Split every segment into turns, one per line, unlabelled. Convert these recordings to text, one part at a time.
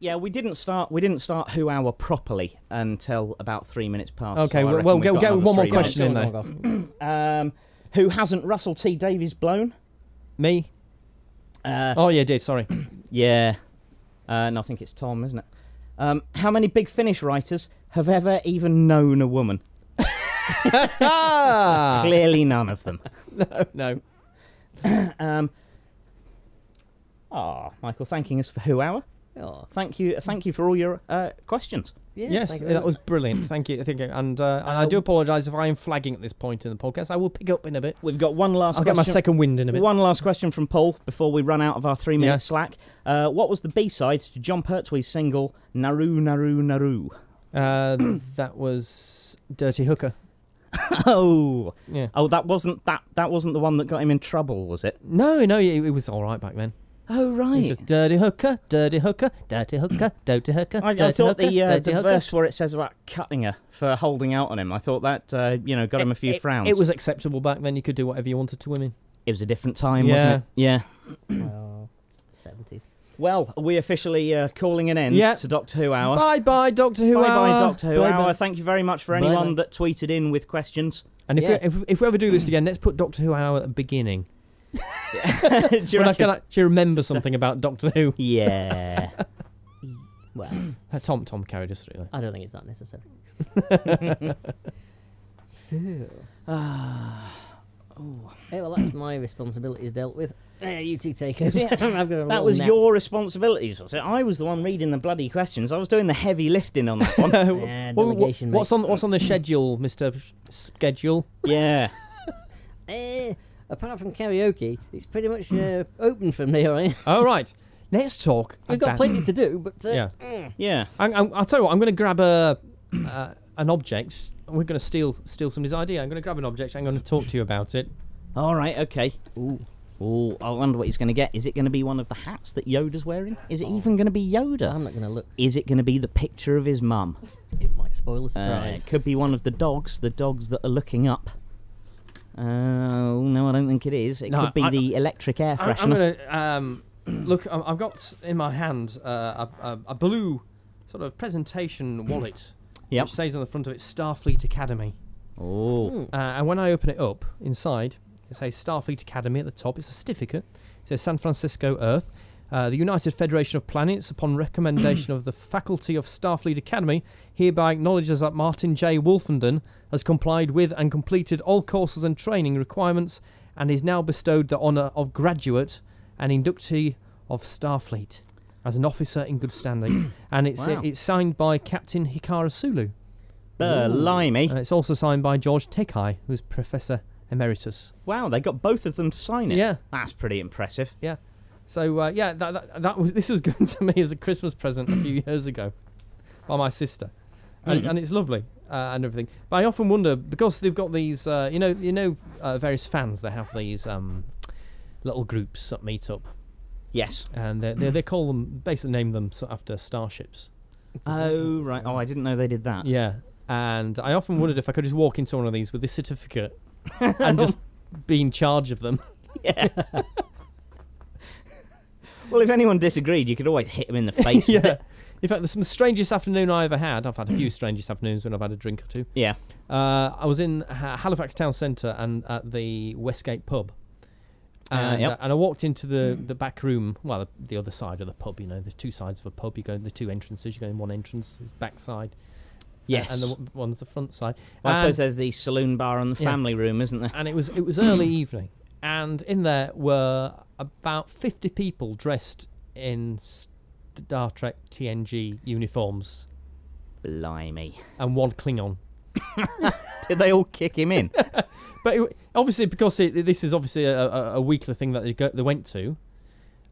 yeah, we didn't start. We didn't start Who Hour properly until about three minutes past.
Okay,
so I
well,
reckon
well
we've
get,
got
get
another
one more
three
question in
minutes.
there.
Um, who hasn't Russell T Davies blown?
Me?
Uh,
Oh, yeah, did. Sorry.
Yeah, uh, and I think it's Tom, isn't it? Um, how many Big Finish writers have ever even known a woman?
ah!
Clearly, none of them.
No.
Um, ah, Michael, thanking us for Who Hour.
Oh,
Thank you, thank you for all your uh, questions.
yeah,
Yes,
thank you very
that was
much.
brilliant. Thank you. Thank you. And, uh, and I do apologise if I am flagging at this point in the podcast. I will pick up in a bit.
We've got one last.
I'll
question.
get my second wind in a bit.
One last question from Paul before we run out of our three minute
Yeah.
slack. Uh, what was the B side to John Pertwee's single Naru Naru Naru?
Uh, that was Dirty Hooker.
Oh,
Yeah.
oh, that wasn't that that wasn't the one that got him in trouble, was it?
No, no, it, it was all right back then.
Oh
It
right.
was just dirty hooker, dirty hooker, dirty hooker, dirty hooker.
I,
dirty
I thought
hooker,
the, uh,
dirty
the
hooker.
verse where it says about cutting her for holding out on him, I thought that uh, you know got him a few
it,
frowns.
It was acceptable back then. You could do whatever you wanted to women.
it was a different time,
Yeah.
wasn't it? Yeah.
Well, 70s.
Well, we officially uh, calling an end
Yeah.
to Doctor Who hour.
Bye bye, Doctor Who.
bye, bye,
Hour.
Doctor Who
Bye,
hour.
bye.
Thank you very much for
Bye,
anyone
bye.
that tweeted in with questions.
And if,
Yes.
we, if, if we ever do this again, let's put Doctor Who Hour at the beginning.
Do you
when I
reckon?
can actually remember something about Doctor Who.
Yeah.
Well,
Uh, Tom Tom carried us through there.
I don't think it's that necessary. so,
Ah,
hey, well, that's my responsibilities dealt with. Hey, you two takers.
Yeah, That was your responsibilities, was it? I was the one reading the bloody questions. I was doing the heavy lifting on that one.
Yeah, delegation, mate.
what's on What's on the schedule, Mister Schedule?
yeah.
Eh, apart from karaoke, it's pretty much uh, open from here. on in.
All right, let's talk.
We've got
about-
plenty to do, but uh,
Yeah.
mm,
Yeah.
I'm, I'm, I'll tell you what. I'm going to grab a uh, an object. We're going to steal steal somebody's idea. I'm going to grab an object. I'm going to talk to you about it.
All right, okay. Ooh. Ooh, I wonder what he's going to get. Is it going to be one of the hats that Yoda's wearing? Is it even going to be Yoda?
I'm not going to look.
Is it going to be the picture of his mum?
It might spoil the
Uh,
surprise.
it could be one of the dogs, the dogs that are looking up. Oh, no, I don't think it is. It
No,
could be
I-
the electric air
I,
freshener.
am going to um, look. I- I've got in my hand uh, a, a, a blue sort of presentation wallet.
Yep.
Which says on the front of it Starfleet Academy.
Oh.
Uh, and when I open it up, inside, it says Starfleet Academy at the top. It's a certificate. It says San Francisco Earth, uh, the United Federation of Planets, upon recommendation of the faculty of Starfleet Academy, hereby acknowledges that Martin J. Wolfenden has complied with and completed all courses and training requirements and is now bestowed the honour of graduate and inductee of Starfleet as an officer in good standing. and it's,
Wow.
it's signed by Captain Hikaru Sulu.
Blimey.
And Uh, it's also signed by George Takai, who's Professor Emeritus.
wow, they got both of them to sign it.
Yeah.
That's pretty impressive.
Yeah. So uh, yeah, that, that that was this was given to me as a Christmas present a few years ago by my sister, and,
Mm-hmm.
and it's lovely uh, and everything. But I often wonder because they've got these, uh, you know, you know, uh, various fans that have these um, little groups that meet up,
Yes.
and they they they call them basically name them so- after starships.
Oh, right. Oh, I didn't know they did that.
Yeah, and I often wondered if I could just walk into one of these with this certificate and just be in charge of them.
Well, if anyone disagreed, you could always hit them in the face. with
yeah.
it.
In fact, the strangest afternoon I ever had, I've had a few strangest afternoons when I've had a drink or two.
Mm. Yeah.
Uh, I was in Ha- Halifax town centre and at the Westgate pub.
Uh,
And,
yep. Mm.
and I walked into the, the back room, well, the, the other side of the pub, you know, there's two sides of a pub. You go in the two entrances, you go in one entrance, it's back side.
Yes.
And the one- one's the front side.
Well, I
And-
suppose there's the saloon bar and the
Yeah.
family room, isn't there?
and it was it was
Hmm.
early evening, and in there were about fifty people dressed in Star Trek TNG uniforms
Blimey.
and one Klingon.
Did they all kick him in?
But it, obviously, because it, this is obviously a, a, a weekly thing that they, go, they went to,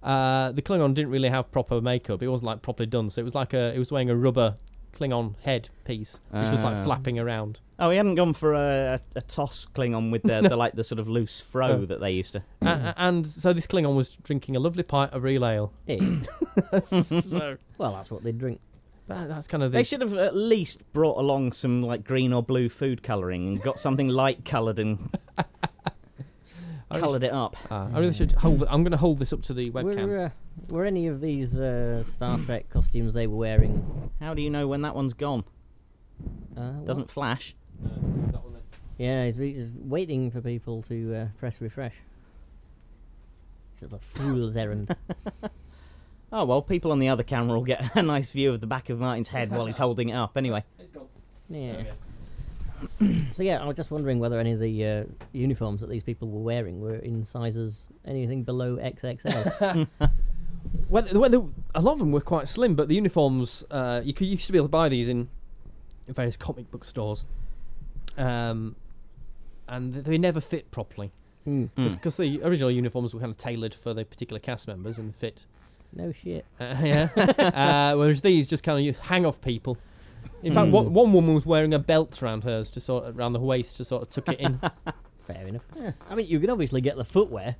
uh, the Klingon didn't really have proper makeup. It wasn't like properly done, so it was like a it was wearing a rubber Klingon head piece, which was like
Ah.
flapping around.
oh, he hadn't gone for a, a, a toss Klingon with the, the like the sort of loose fro
No.
that they used to.
A- a- and so this Klingon was drinking a lovely pint of real ale.
Eh,
so
well, that's what they drink.
that, that's kind of the
They should have at least brought along some like green or blue food colouring and got something light coloured and
I really
coloured it up.
should- ah, I really should hold. it- I'm going to hold this up to the webcam.
Mm. Were, uh, were any of these uh, Star Trek costumes they were wearing?
How do you know when that one's gone?
Uh, what?
Doesn't flash.
No, Uh, is that one there?
Yeah, he's, re- he's waiting for people to uh, press refresh. This is a fool's errand.
Oh well, people on the other camera will get a nice view of the back of Martin's head while he's holding it up. Anyway,
It's gone.
Yeah.
There we go.
So yeah, I was just wondering whether any of the uh, uniforms that these people were wearing were in sizes anything below XXL.
Well, the- well, the- a lot of them were quite slim, but the uniforms uh, you could you used to be able to buy these in, in various comic book stores, um, and th- they never fit properly
Hmm.
because the original uniforms were kind of tailored for the particular cast members and fit.
No shit.
Uh, yeah, uh, whereas these just kind of hang off people. In
Hmm.
fact, one, one woman was wearing a belt around hers to sort of, around the waist to sort of tuck it in.
Fair enough. I mean, you can obviously get the footwear.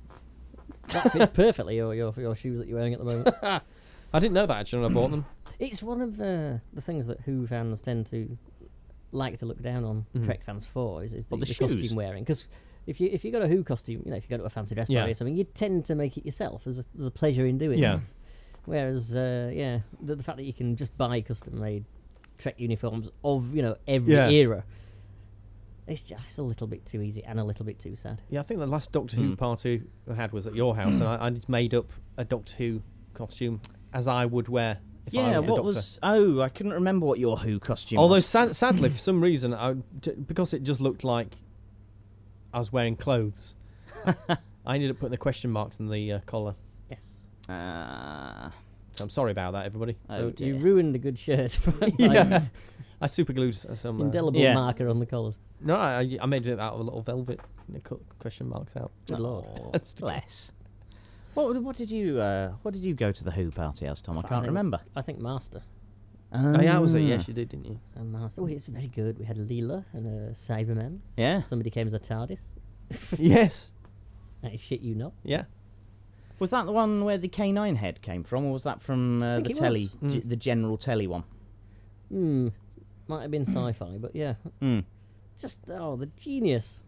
That fits perfectly your, your your shoes that you're wearing at the moment.
I didn't know that actually when I bought them.
It's one of the the things that Who fans tend to like to look down on
Mm.
Trek fans for is, is the,
Well, the
the
shoes.
costume wearing because. If you if you got a Who costume, you know if you go to a fancy dress
Yeah.
party or something, you tend to make it yourself. There's a, there's a pleasure in doing
Yeah.
it. Whereas, uh, yeah, the, the fact that you can just buy custom made Trek uniforms of you know every
Yeah.
era, it's just a little bit too easy and a little bit too sad.
Yeah, I think the last Doctor Who
Mm.
party I had was at your house, and
Hmm.
I, I just made up a Doctor Who costume as I would wear if I
yeah.
was the
What
Doctor.
was? Oh, I couldn't remember what your Who costume.
Although
was.
sad, sadly, for some reason, I, t- because it just looked like I was wearing clothes, I ended up putting the question marks in the uh, collar.
Yes.
Ah.
So I'm sorry about that, everybody.
Oh,
so you
dear.
ruined the good shirt by
yeah, I superglued s- some uh,
indelible
Yeah.
marker on the collars.
No, I, I made it out of a little velvet. And it cut question marks out.
Good lord.
Oh,
That's the-
bless. What, what did you uh, What did you go to the Who party as, Tom? I can't
think-
remember.
I think Master.
Oh, yeah, I was there.
Ah.
Yes, you did, didn't you?
And Master. Oh, it's very good. We had Leela and a Cyberman.
Ah. Yeah.
Somebody came as a TARDIS.
yes.
I shit you not.
Yeah.
Was that the one where the K9 head came from, or was that from uh,
think
the
it
telly,
was.
g-
Mm.
the general telly one?
Hmm. Might have been sci-fi, but yeah.
Mm.
Just oh, the genius.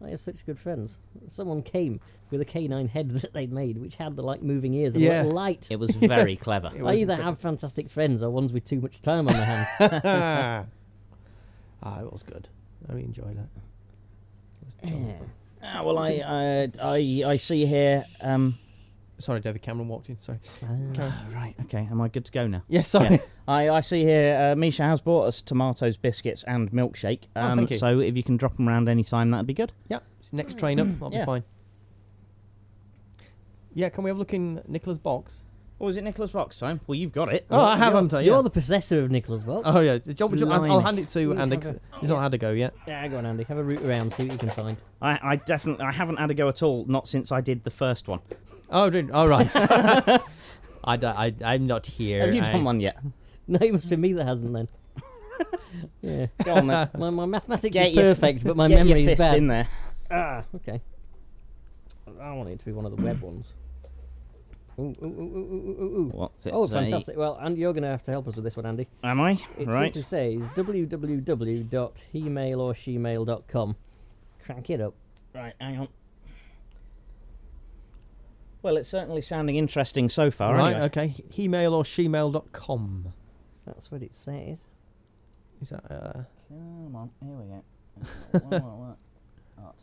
They are such good friends. Someone came with a canine head that they'd made, which had the like moving ears and a
Yeah.
little light.
It was very clever.
It
I
was
either
incredible.
have fantastic friends or ones with too much time on their hands.
ah, it was good. I really enjoyed that. It was enjoyable.
Ah, well, I, I, I, I see here. Um,
sorry, David Cameron walked in. Sorry.
Ah.
oh, right, okay. Am I good to go now?
Yes, sorry.
I, I see here. Uh, Misha has bought us tomatoes, biscuits, and milkshake.
Oh,
Um,
thank you.
So if you can drop them around any time, that'd be good.
Yeah, it's next train up. I'll
Yeah.
be fine. Yeah, can we have a look in Nicola's box?
Or Oh, is it Nicholas Box time? Well, you've got it.
Oh, I have,
You're-
haven't I?
You're
Yeah.
the possessor of Nicholas Box.
Oh yeah, Jo- Jo- I'll- I'll
Blimey.
hand it to
You
Andy.
have
'cause He's not had a go yet.
Yeah, go on, Andy. Have a root around, see what you can find.
I, I definitely, I haven't had a go at all. Not since I did the first one.
Oh, did all right. I, don't- I, I'm not here. eh.
Have you
I-
done one yet?
No, it must be me that hasn't then. yeah.
Go on then.
My, my mathematics
Get
is
your-
perfect, but my
Get
memory
your fist
is bad.
in there.
Ah, okay. I want it to be one of the web ones. Ooh, ooh, ooh, ooh, ooh, ooh, ooh.
What's it
Oh,
say?
fantastic. Well, and you're going to have to help us with this one, Andy.
Am I?
It
right.
simply says www.hemailorshemail.com. Crank it up.
Right, hang on. Well, it's certainly sounding interesting so far,
right,
anyway.
okay. He mail or shemail.com.
That's what it says.
Is that? Uh,
Come on, here we go. What, what, what? Hot.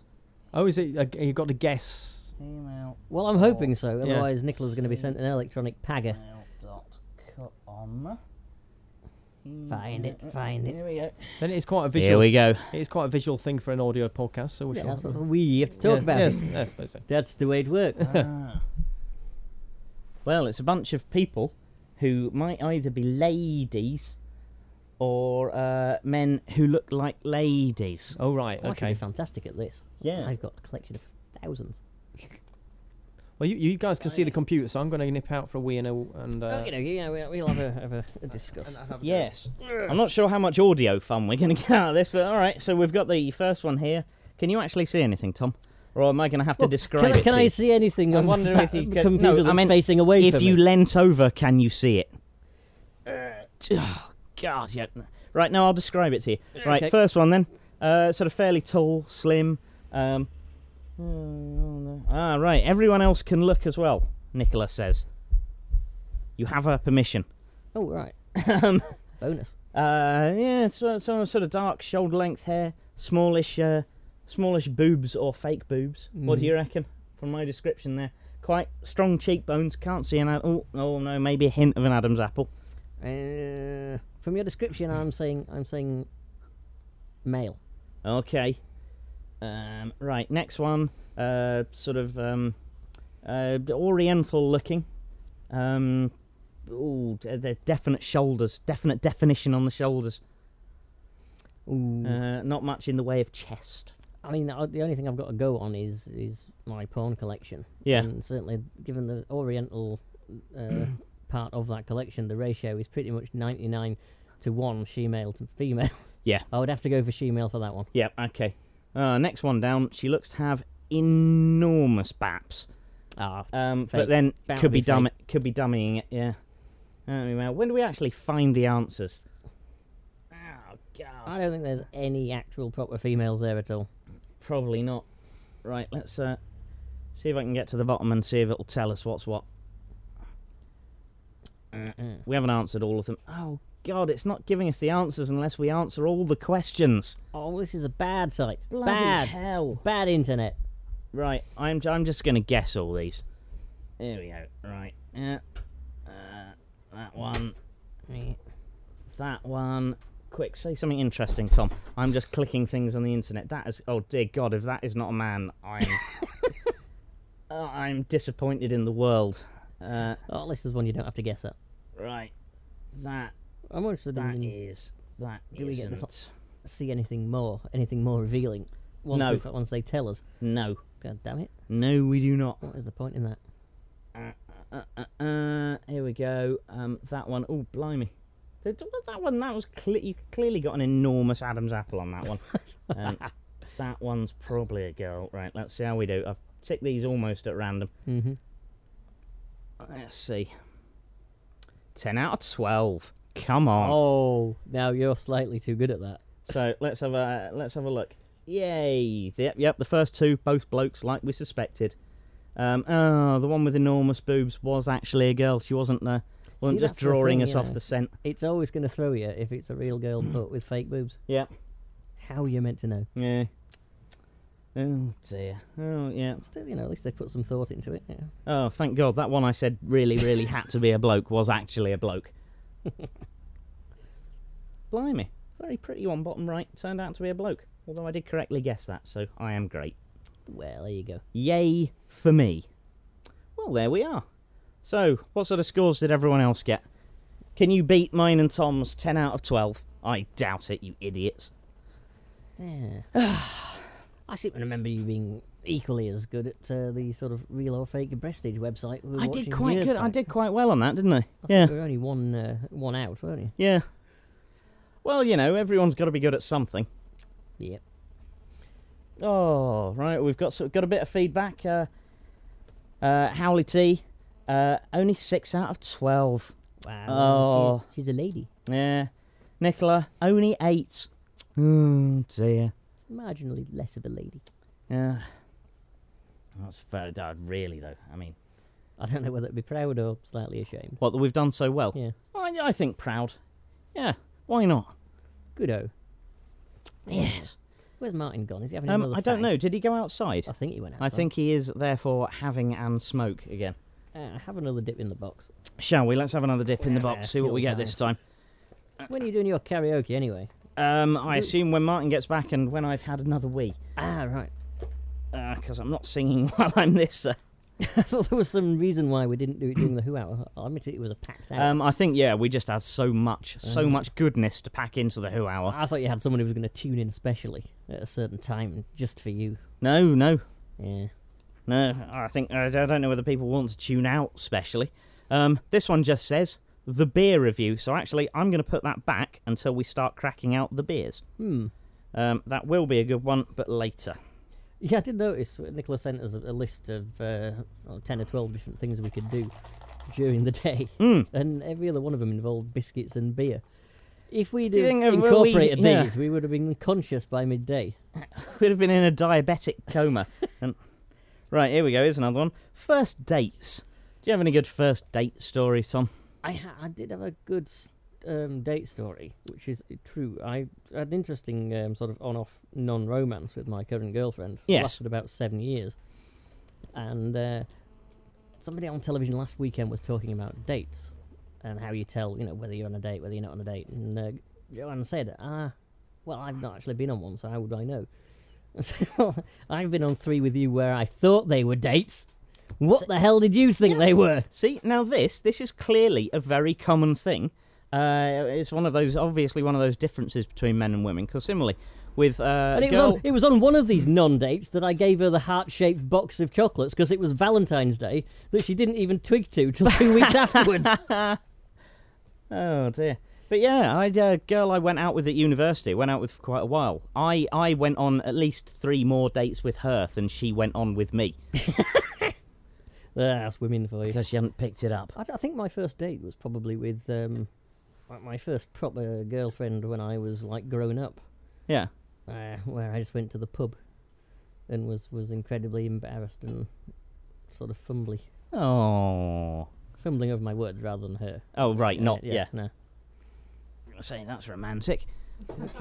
oh, is it? Uh, you got to guess.
Email.
Well, I'm hoping so.
Yeah.
Otherwise, Nicola's going to be sent an electronic pagger.
Mail.com.
Find it, find it.
Here we go.
Then it's quite a visual.
go.
It's quite a visual thing for an audio podcast, so we
Yeah,
should
that's what we have to talk
Yeah,
about.
yes,
it.
yeah, I suppose so.
That's the way it works.
Ah. Well, it's a bunch of people who might either be ladies or uh, men who look like ladies.
Oh right,
I could be
okay.
fantastic at this.
Yeah.
I've got a collection of thousands.
Well, you, you guys
Oh,
can see the computer, so I'm going to nip out for a wee and a, and uh,
okay, okay, yeah, we- we'll have a, have a, a discuss.
and have a-
Yes. I'm not sure how much audio fun we're going to get out of this, but all right. So we've got the first one here. Can you actually see anything, Tom? Or am I going to have
Well,
to describe
can, I-
it?
can
to
I
you?
see anything
I
on
wonder
that
if you
computer
could- no, I
that's
mean,
facing away
If
from
you
me?
leant over, can you see it? oh, God, yeah. Right now, I'll describe it to you. Right,
Okay.
first one then. Uh, sort of fairly tall, slim, um, Uh, oh, no. Ah, right. Everyone else can look as well, Nicola says. You have her permission.
Oh, right.
um,
Bonus.
Uh, yeah, so, so sort of dark shoulder length hair, smallish, uh, smallish boobs or fake boobs. What do
Mm.
you reckon from my description there? Quite strong cheekbones. Can't see an ad- oh, oh no, maybe a hint of an Adam's apple.
Uh, from your description, I'm saying I'm saying male.
Okay. Um, right, next one. Uh, sort of um, uh, oriental looking. Um, ooh, d- they're definite shoulders. Definite definition on the shoulders.
Ooh.
Uh, not much in the way of chest.
I mean, uh, the only thing I've got to go on is is my porn collection.
Yeah.
And certainly, given the Oriental uh, part of that collection, the ratio is pretty much 99 to 1 she male to female.
Yeah.
I would have to go for she male for that one.
Yep, okay. Uh, next one down. She looks to have enormous baps.
Ah,
Um,
Fake.
but then
Bound
could
to
be
be
dumb- could be dummying it, yeah. Anyway, when do we actually find the answers? Oh god.
I don't think there's any actual proper females there at all.
Probably not. Right, let's uh, see if I can get to the bottom and see if it'll tell us what's what. Uh,
Mm.
we haven't answered all of them. Oh god, it's not giving us the answers unless we answer all the questions.
Oh, this is a bad site.
Bloody
bad.
hell.
Bad internet.
Right, I'm I'm just gonna guess all these. Here we go. Right, yeah, uh, that one,
Yeah.
that one. Quick, say something interesting, Tom. I'm just clicking things on the internet. That is, oh dear God, if that is not a man, I'm, Uh, I'm disappointed in the world. Uh,
Oh, at least there's one you don't have to guess at.
right, that
I'm interested
that
in
is that
Mm. Do we get the top-
isn't.
see anything more, anything more revealing. Once
No.
we've- Once they tell us.
No,
God damn it.
no, we do not.
What is the point in that?
uh, uh, uh, here we go. Um, that one. Oh, blimey. Th- th- what- That one, that was cle- you clearly got an enormous Adam's apple on that one. Um, that one's probably a girl. Right, let's see how we do. I've ticked these almost at random.
Mm-hmm.
Let's see. 10 out of 12. Come on.
Oh, now you're slightly too good at that.
So let's have a let's have a look. Yay! Yep, yep. The first two, both blokes, like we suspected. Um, oh, the one with enormous boobs was actually a girl. She wasn't there. wasn't
See,
just
that's the
drawing
thing,
us
you
off
know.
the scent.
It's always going to throw you if it's a real girl but with fake boobs.
Yeah.
How you meant to know?
Yeah. Oh dear. Oh yeah.
Still, you know, at least they put some thought into it. Yeah.
Oh, thank God. That one I said really, really had to be a bloke was actually a bloke. Blimey. Very pretty one, bottom right. Turned out to be a bloke. Although I did correctly guess that, so I am great.
Well, there you go.
Yay for me. Well, there we are. So, what sort of scores did everyone else get? Can you beat mine and Tom's 10 out of 12? I doubt it, you idiots.
Yeah. I seem to remember you being equally as good at uh, the sort of real or fake breastage website. We were
I did
watching
quite
years
good. I
back.
did quite well on that, didn't I?
I
yeah.
think we were only one uh, one out, weren't you?
Yeah. Well, you know, everyone's got to be good at something.
Yep.
Oh, right. We've got so got a bit of feedback. Uh, uh, Howley T, uh, only six out of twelve.
Wow.
Oh.
She's, she's a lady.
Yeah. Nicola, only eight. Oh dear.
Marginally less of a lady.
Yeah. That's fair. Dad, really though. I mean,
I don't know whether to be proud or slightly ashamed.
what that we've done so well.
Yeah.
I, I think proud. Yeah. Why not?
Good o.
Yes.
Where's Martin gone? Is he having
Um,
another
I don't
fag?
know. Did he go outside?
I think he went outside.
I think he is therefore having an smoke again.
Uh, have another dip in the box.
Shall we? Let's have another dip in the
Yeah,
box. See what we
feel
get this time. Ah.
When are you doing your karaoke anyway?
Um, I
Do-
assume when Martin gets back and when I've had another wee,
Ah, right.
because I'm not singing while I'm this. Uh,
I thought there was some reason why we didn't do it during the Who Hour. I admit it was a packed hour.
um, I think yeah, Mm. we just had so much, so
Uh-huh.
much goodness to pack into the Who hour.
I thought you had someone who was going to tune in specially at a certain time just for you.
No, no,
Yeah.
no. I think I I don't know whether people want to tune out, especially. Um, this one just says the beer review. So actually, I'm going to put that back until we start cracking out the beers.
Hmm.
Um, that will be a good one, but later.
Yeah, I did notice that Nicola sent us a, a list of uh, oh, 10 or 12 different things we could do during the day.
Hmm.
And every other one of them involved biscuits and beer. If we'd
Do you
have
think if we-
incorporated
yeah.
these, we would have been conscious by midday.
We'd have been in a diabetic coma, and Right, here we go. Here's another one. First dates. Do you have any good first date stories, Tom?
I ha- I did have a good s- um, date story, which is uh, true. I had an interesting um, sort of on-off non-romance with my current girlfriend. It
Yes.
lasted about seven years, and uh, somebody on television last weekend was talking about dates and how you tell, you know, whether you're on a date, whether you're not on a date. And uh, Joanne said, "Ah, well, I've not actually been on one, so how would I know?" So I've been on three with you where I thought they were dates. What the hell did you think they were?
See, now this this is clearly a very common thing. Uh, it's one of those obviously one of those differences between men and women. Because similarly, with uh,
And it was,
girl-
on, it was on one of these non dates that I gave her the heart shaped box of chocolates because it was Valentine's Day that she didn't even twig to till two weeks afterwards.
Oh dear. But yeah, I a girl I went out with at university. Went out with for quite a while. I I went on at least three more dates with her than she went on with me
That's women for you.
because she hadn't picked it up.
I, I think my first date was probably with um, my- my first proper girlfriend when I was like grown up,
Yeah.
uh, where I just went to the pub and was, was incredibly embarrassed and sort of fumbly.
Oh.
Fumbling over my words rather than her.
Oh right,
Uh,
not yeah.
No.
Saying that's romantic.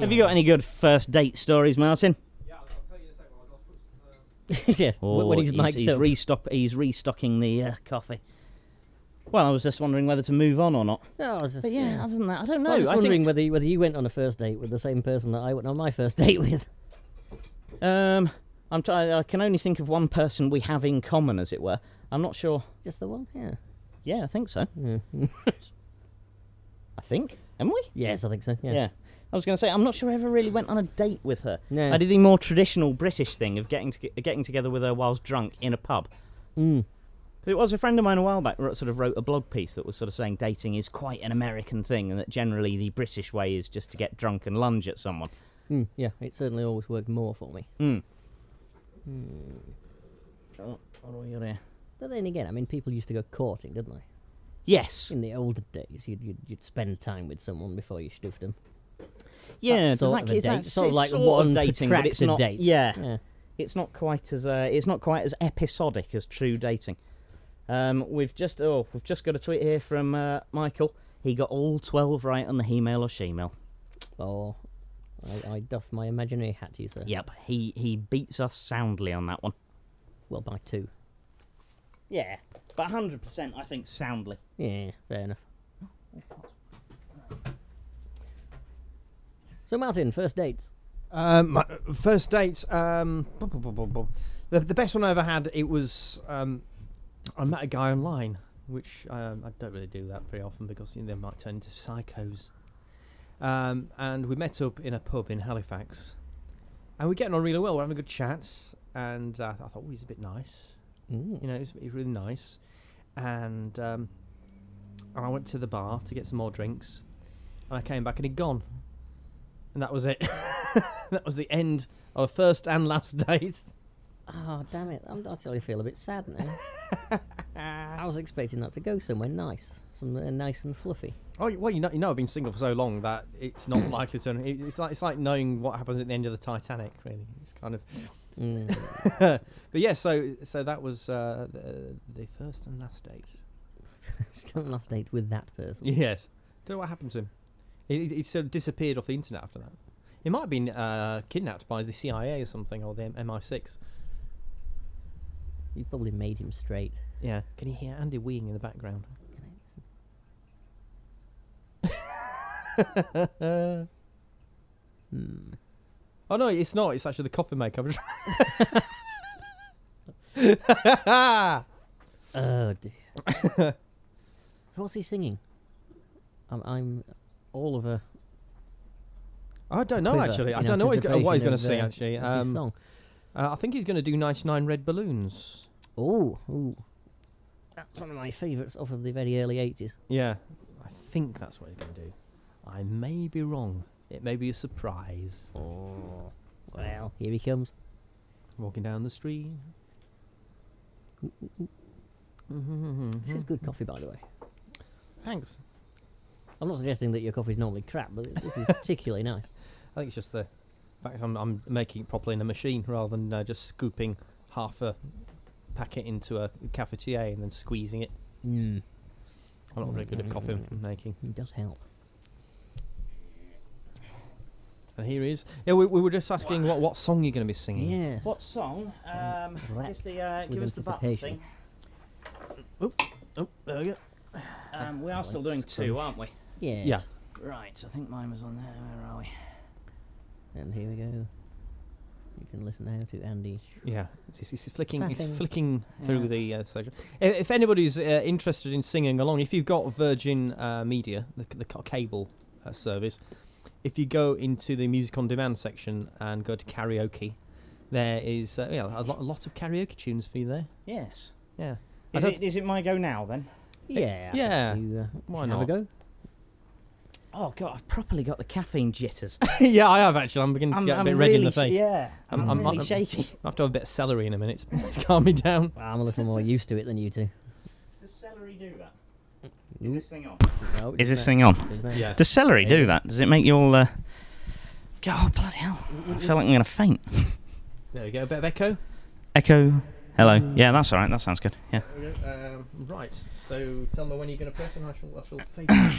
Have you got any good first date stories, Martin?
uh,
yeah.
Oh,
when he's,
he's,
mic'd
he's,
up.
restock, he's restocking the uh, coffee. Well, I was just wondering whether to move on or not.
No, I was just-
But yeah, other than that, I don't know.
Well, I'm just
I think-
wondering whether you, whether you went on a first date with the same person that I went on my first date with.
um, I'm try- I can only think of one person we have in common, as it were. I'm not sure.
Just the one, yeah.
Yeah, I think so. I think. Am we?
Yes, I think so. Yeah.
Yeah. I was going to say I'm not sure I ever really went on a date with her.
No.
I did the more traditional British thing of getting to, getting together with her whilst drunk in a pub.
Mm.
It was a friend of mine a while back wrote- sort of wrote a blog piece that was sort of saying dating is quite an American thing and that generally the British way is just to get drunk and lunge at someone.
Mm, yeah. It certainly always worked more for me.
Hmm. Oh, Hmm. what do we got here?
But then again, I mean, people used to go courting, didn't they?
Yes.
In the older days, you'd you'd, you'd spend time with someone before you stuffed them.
Yeah,
sort
does
of
that,
a
is
date,
that
sort of
it's
like
sort
one
of dating, but it's
protracted
not.
date.
Yeah,
Yeah.
it's not quite as uh, it's not quite as episodic as true dating. Um, we've just oh we've just got a tweet here from uh, Michael. He got all twelve right on the he mail or she mail.
Or I, I doff my imaginary hat to you, sir.
Yep, he he beats us soundly on that one.
Well, by two.
Yeah, but hundred percent, I think soundly.
Yeah, fair enough. So, Martin, first dates.
Um, my first dates. Um, bu- bu- bu- bu- bu- the, the best one I ever had. It was um, I met a guy online, which um, I don't really do that very often because you know, they might turn into psychos. Um, and we met up in a pub in Halifax, and we're getting on really well. We're having a good chat, and uh, I thought oh, he's a bit nice.
Mm.
You know, he's, he's really nice. And um, and I went to the bar to get some more drinks, and I came back and he'd gone, and that was it. that was the end of our first and last date.
Oh, damn it. I'm, I actually feel a bit sad now. I was expecting that to go somewhere nice, somewhere nice and fluffy.
Oh well, you know, you know, I've been single for so long that it's not likely to. it- It's like it's like knowing what happens at the end of the Titanic. Really, it's kind of.
Mm.
but yeah, so so that was uh, the, the first and last date.
Still on last date with that person.
Yes. Don't know what happened to him. He, he- he sort of disappeared off the internet after that. He might have been uh, kidnapped by the CIA or something, or the M- MI6.
You probably made him straight.
Yeah. Can you hear Andy weeing in the background?
Hmm.
Oh no, it's not. It's actually the coffee maker. I'm just-
Oh, dear. so, what's he singing? I'm, I'm all of a.
I don't know
quiver
actually. I
in
don't know what he's, go- what he's going to
anticipation
sing
of, uh,
actually.
of this
Um,
song.
uh, I think he's going to do 99 Red Balloons.
Oh, ooh. That's one of my favourites off of the very early 80s.
Yeah. I think that's what he's going to do. I may be wrong. It may be a surprise.
Oh. Well, here he comes.
Walking down the street.
This
Hmm.
is good coffee, by the way.
Thanks.
I'm not suggesting that your coffee's normally crap, but this is particularly nice.
I think it's just the fact I'm, I'm making it properly in a machine rather than uh, just scooping half a packet into a cafetiere and then squeezing it.
Mm.
I'm not very good at coffee making.
It does help.
And here he is. Yeah, we, we were just asking what, what song you're going to be singing.
Yes.
What song? Um,
Wrecked
is the, uh, give
with
us the button
anticipation.
thing.
Oh, there we go.
Um, we are still doing
Alex
two,
Crunch.
aren't we?
Yes.
Yeah.
Right, I think mine was on there. Where are we?
And here we go. You can listen now to Andy.
Yeah, he's, he's flicking, he's
Faffing.
flicking through
Yeah.
the uh, section. I- If anybody's uh, interested in singing along, if you've got Virgin uh, Media, the, c- the c- cable uh, service, if you go into the music on demand section and go to karaoke, there is uh, yeah, a, lot, a lot of karaoke tunes for you there.
Yes.
Yeah, I
Is
don't-
it, is it my go now then?
Yeah. I think
yeah.
You, uh,
Why
should
not?
Have a go.
Oh god, I've properly got the caffeine jitters.
yeah, I have actually. I'm beginning to
I'm,
get a
I'm
bit red
really
in the
sh-
face.
Yeah,
I'm-
I'm,
I'm-
really
I'm-
shaky.
I have to have a bit of celery in a minute. It's calm me down.
Well, I'm a little more used to it than you two.
Does celery do that?
Is this
thing on?
No,
Is this
isn't
thing on?
it? Isn't it?
Does celery
do
do that? Does it make you all? Uh... God oh, bloody hell! I feel like I'm gonna faint.
There we go. A bit of echo.
Echo. Hello. Yeah, that's all right. That sounds good. Yeah.
Um, right. So tell me when you're going to press, and I shall. I shall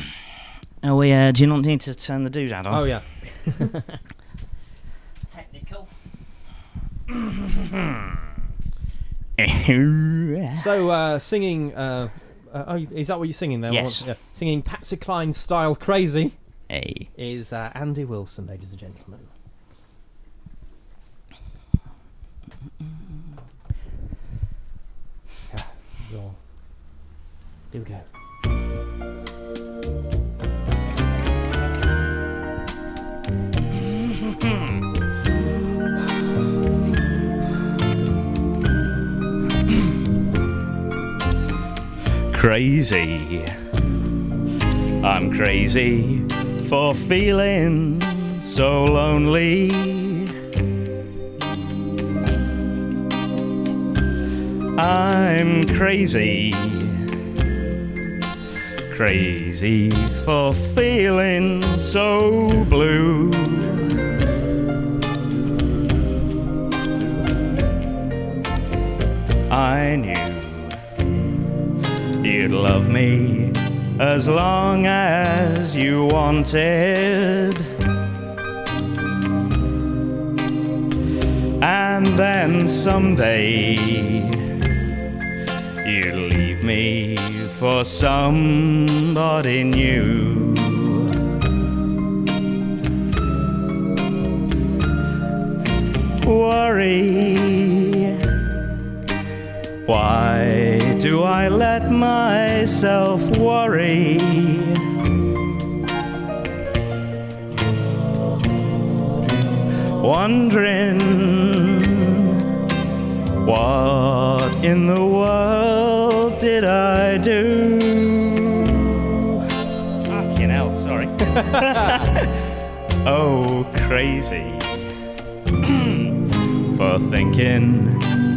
Oh, we uh, do you not need to turn the doodad on?
oh yeah.
Oh, technical.
So uh, singing. Uh, uh, oh, is that what you're singing there?
Yes.
Yeah. Singing Patsy Cline style "Crazy"
hey.
is uh, Andy Wilson, ladies and gentlemen. Yeah, roll. Here we go.
Crazy. I'm crazy for feeling so lonely. I'm crazy. Crazy for feeling so blue. I knew You'd love me as long as you wanted. And then someday you'd leave me for somebody new. Worry. Why do I let myself worry? Wondering what in the world did I do? Fucking hell, sorry. oh, crazy for thinking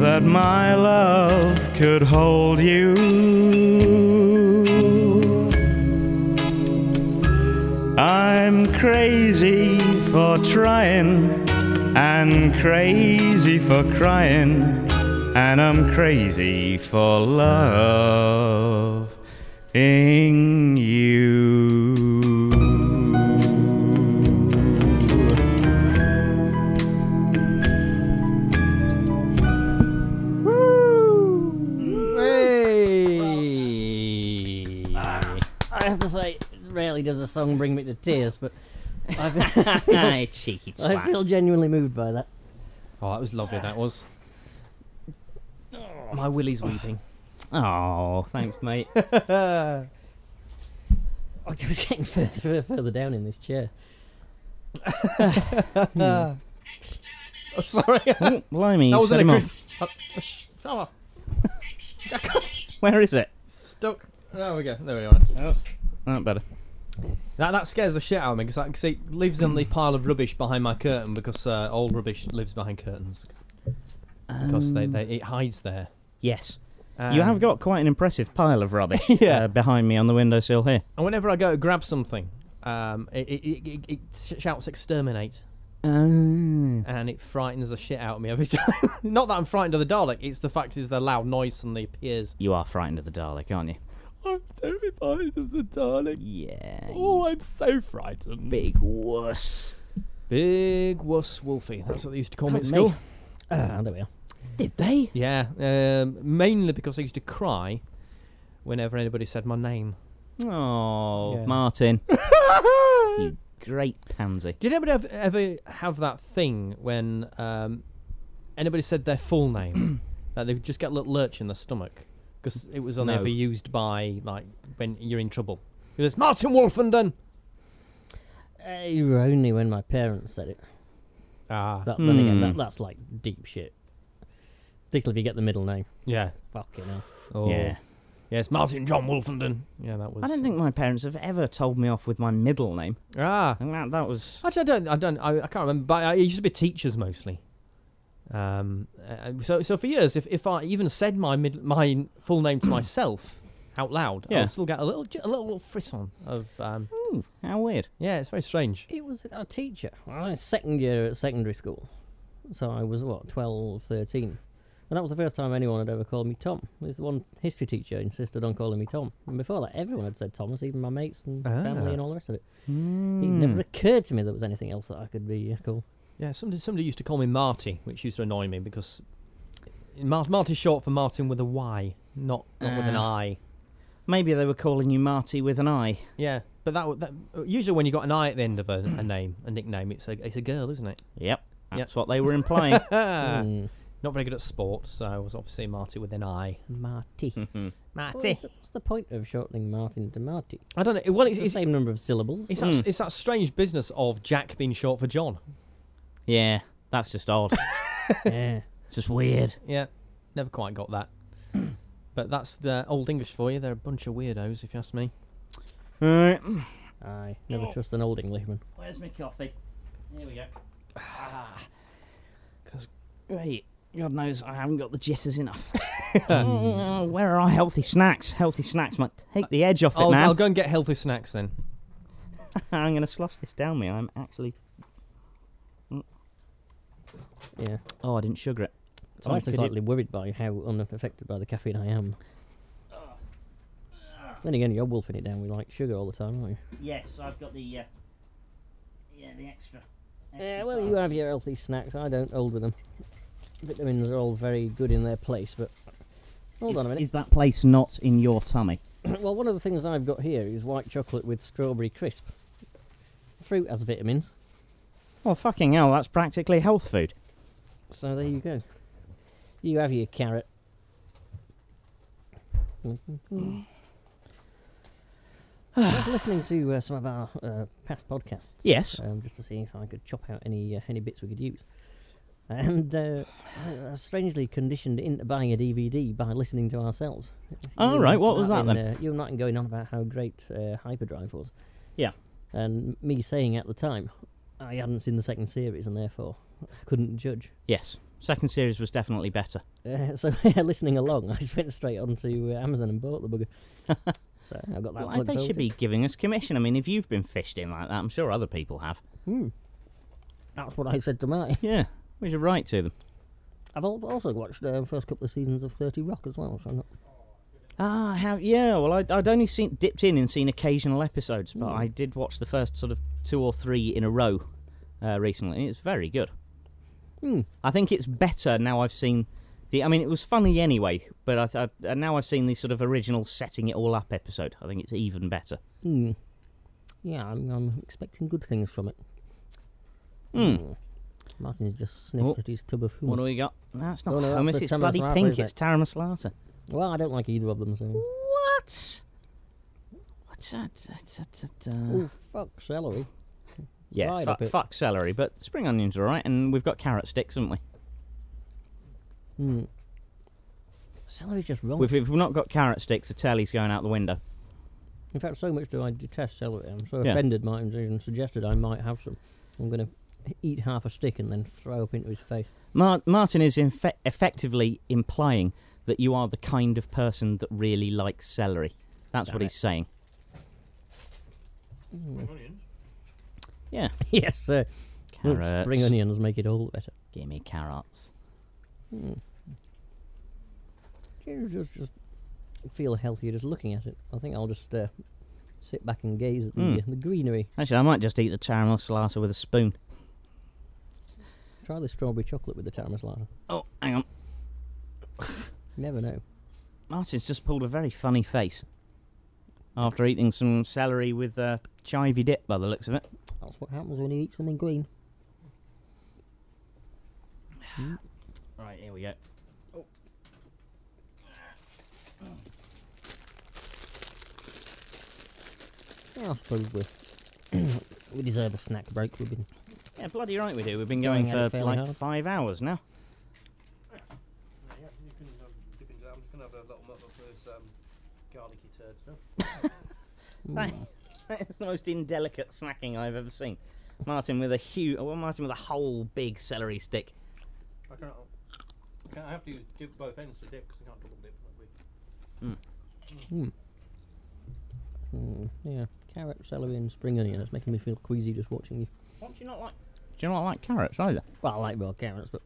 that my love could hold you. I'm crazy for trying, and crazy for crying, and I'm crazy for love. In you.
Hey.
I have to say, rarely does a song bring me to tears, but
Aye, cheeky
I feel genuinely moved by that.
Oh, that was lovely. That was. Oh. My Willie's weeping.
Oh, thanks, mate.
Uh,
I was getting further further down in this chair.
Oh, sorry. that
Blimey, you
wasn't Oh,
set
a
him
good.
off.
Oh, sh- oh.
Where is it?
Duck. There we go. There we are.
That better.
That, that scares the shit out of me because I can see it lives in the pile of rubbish behind my curtain because uh, old rubbish lives behind curtains because they,
Um,
they it hides there.
Yes,
Um,
you have got quite an impressive pile of rubbish
Yeah.
uh, behind me on the windowsill here.
And whenever I go to grab something, um, it, it, it, it, it sh- shouts exterminate
Oh.
and it frightens the shit out of me every time. Not that I'm frightened of the Dalek, it's the fact is the loud noise suddenly appears.
You are frightened of the Dalek, aren't you?
I'm terrified of the Dalek. Oh,
Yeah.
I'm so frightened. Big,
Big wuss.
wuss Wolfie. That's what they used to call me
Not
at
me.
school.
Ah, there we are.
Did they?
Yeah, um, mainly because I used to cry whenever anybody said my name.
Oh,
Yeah.
Martin. you great pansy.
Did anybody have, ever have that thing when um, anybody said their full name that they would just get a little lurch in the stomach because it was only
No.
ever used by like when you're in trouble. It was Martin Wolfenden.
Uh, you were only when my parents said it.
Ah,
That, Then again,
Hmm.
that, that's like deep shit. Particularly if you get the middle name.
yeah,
Fucking hell.
oh,
Yeah.
yes, Martin John Wolfenden. Yeah, that was.
I don't think my parents have ever told me off with my middle name.
Ah,
And that, that was.
Actually, I don't. I don't. I, I can't remember. But I, it used to be teachers mostly. Um. uh, So so for years, if, if I even said my mid, my full name to myself out loud,
Yeah.
I'll still get a little ju- a little, little frisson of um.
Ooh, how weird.
Yeah, it's very strange.
It was our teacher. I was second year at secondary school. So I was, what, 12, 13. And that was the first time anyone had ever called me Tom. It was the one history teacher insisted on calling me Tom. And before that, everyone had said Thomas, even my mates and
Ah. Hmm.
family and all the rest of it. It
Mm.
never occurred to me there was anything else that I could be uh, called.
Yeah, somebody somebody used to call me Marty, which used to annoy me because Mar- Marty's short for Martin with a Y, not not with an
Ah.
I.
Maybe they were calling you Marty with an I.
Yeah, but that, w- that usually when you got an I at the end of a, a name, a nickname, it's a it's a girl, isn't it?
Yep.
Yep.
That's what they were implying.
Ah.
Mm.
Not very good at sport, so I was obviously Marty with an I.
Marty. What
Marty.
is the, what's the point of shortening Martin to Marty?
I don't know. Well, it's
It's the
it's,
same number of syllables.
it's, that, it's that strange business of Jack being short for John.
yeah, that's just odd.
yeah.
it's just weird.
Yeah, never quite got that. but that's the old English for you. They're a bunch of weirdos, if you ask me.
Alright.
I never
Oh.
trust an old Englishman.
Where's my coffee? Here we go. Because, wait, God knows I haven't got the jitters enough. Mm, where are our healthy snacks? Healthy snacks might take the edge off it,
I'll,
man.
I'll go and get healthy snacks then.
I'm going to slosh this down me. I'm actually.
Yeah.
Oh, I didn't sugar it.
I'm
Tom,
actually
could
slightly worried by how unaffected by the caffeine I am. Then again, you're wolfing it down with like sugar all the time, aren't you?
you- Yes, I've got the. Uh, yeah, the extra.
Yeah, well, you have your healthy snacks. I don't hold with them. Vitamins are all very good in their place, but hold
is,
on a minute.
Is that place not in your tummy?
well, one of the things I've got here is white chocolate with strawberry crisp. Fruit has vitamins,
Well, fucking hell, that's practically health food.
so there you go. You have your carrot.
Mm-hmm.
I was listening to uh, some of our uh, past podcasts.
Yes.
um, just to see if I could chop out any uh, any bits we could use. And uh, I was strangely conditioned into buying a DVD by listening to ourselves.
Oh,
You and
right, what was that
Martin, Uh, you and Martin going on about how great uh, Hyperdrive was.
Yeah.
And me saying at the time, I hadn't seen the second series and therefore I couldn't judge.
Yes. Second series was definitely better.
Uh, so listening along, I just went straight onto uh, Amazon and bought the bugger. so I got that.
Why
plug
they
built
should
in.
be giving us commission. I mean, if you've been fished in like that, I'm sure other people have.
Hmm. That's what I said to Martin.
Yeah, we should write to them.
I've al- also watched the first couple of seasons of Thirty Rock as well. So I'm not
Ah, how? Yeah. Well, I'd, I'd only seen dipped in and seen occasional episodes, but
Hmm.
I did watch the first sort of two or three in a row uh, recently. It's very good.
Hmm.
I think it's better now. I've seen the. I mean, it was funny anyway, but I, th- I and now I've seen the sort of original setting it all up episode. I think it's even better.
Hmm. Yeah, I'm, I'm expecting good things from it.
Hmm.
Martin's just sniffed
Oh.
at his tub of
What do
hummus.
we got? That's not
Oh, no, that's
hummus.
the
It's bloody
Tamaslata,
pink.
isn't
It's taramaslata.
Well, I don't like either of them, so.
What? What's that? That's- that's- that's, uh,
Oh, fuck, celery.
yeah,
right
fu-
up it.
fuck celery, but spring onions are all right, and we've got carrot sticks, haven't we?
Hmm. Celery's just wrong.
If, if we've not got carrot sticks, the telly's going out the window.
In fact, so much do I detest celery. I'm so
Yeah.
offended Martin's even suggested I might have some. I'm going to eat half a stick and then throw up into his face.
Mar- Martin is infe- effectively implying that you are the kind of person that really likes celery. That's
Damn
what
it.
he's saying. Yeah.
yes, sir. Oops,
Carrots.
Spring onions make it all better.
Give me carrots.
Hmm. You just, just feel healthier just looking at it. I think I'll just uh, sit back and gaze at the,
Hmm.
uh, the greenery.
Actually, I might just eat the caramel salsa with a spoon.
Try the strawberry chocolate with the taramisu.
Oh, hang on.
You never know.
Martin's just pulled a very funny face after eating some celery with uh, chivy dip, by the looks of it.
That's what happens when you eat something green.
Right, here we go.
Ah, I suppose we we deserve a snack break. We've been
Yeah, bloody right we do. We've been going
Going at it
for
fairly
like
hard.
five hours now.
mm,
That's the most indelicate snacking I've ever seen. Martin with a huge, well, Martin with a whole big celery stick.
I cannot. I can't- I have to use dip both ends to dip because I can't double dip. that'd be-
mm, yeah, carrot, celery, and spring onion. It's making me feel queasy just watching you.
What do you not like? Do you not like carrots either?
Well, I like raw carrots, but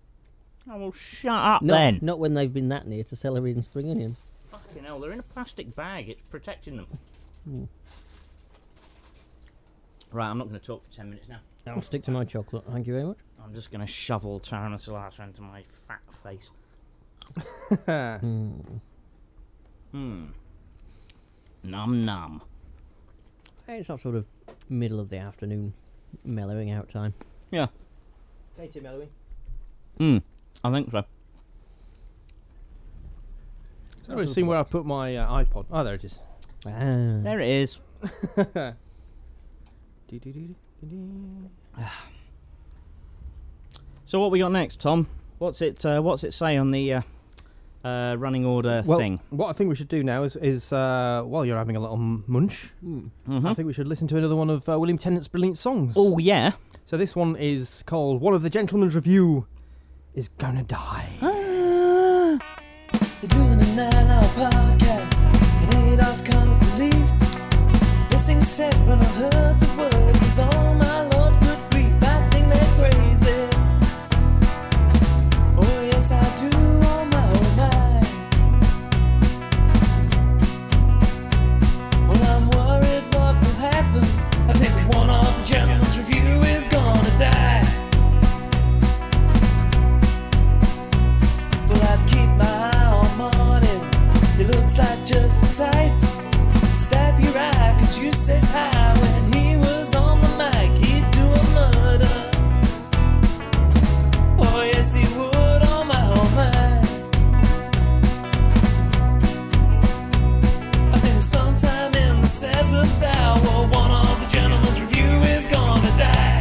Oh well, shut up
not,
then.
not when they've been that near to celery and spring onions.
Fucking hell, they're in a plastic bag. It's protecting them.
Mm.
Right, I'm not going to talk for ten minutes now.
I'll stick to my chocolate. Thank you very much.
I'm just going to shovel Tyrannosaurus into my fat face. Hmm. Num num.
It's that sort of middle of the afternoon mellowing out time.
Yeah.
Hey, Tim Mellowing.
Hmm. I think so.
I haven't seen where I put my uh, iPod. Oh, there it is.
Ah,
There it is. So what we got next, Tom? What's it? Uh, what's it say on the uh, uh, running order
Well,
thing?
what I think we should do now is, is uh, while you're having a little munch,
mm.
Mhm.
I think we should listen to another one of uh, William Tennant's brilliant songs.
Oh yeah.
So this one is called One of the Gentlemen's Review is Gonna Die.
They're doing a nine hour podcast, an eight off comic relief. This thing said when I heard the word it was all my lord could brief. I think they're crazy. Oh, yes, I do. Oh, my, oh, my. Well, I'm worried what will happen. I think one of the gentlemen's review is gonna die. Well, I'd keep my eye on morning. He looks like just the type. to Stab your eye, cause you said hi when he was on the mic. He'd do a murder. Oh, yes, he would. Oh, my, oh, my. I think sometime in the seventh hour, one of the gentlemen's review is gonna die.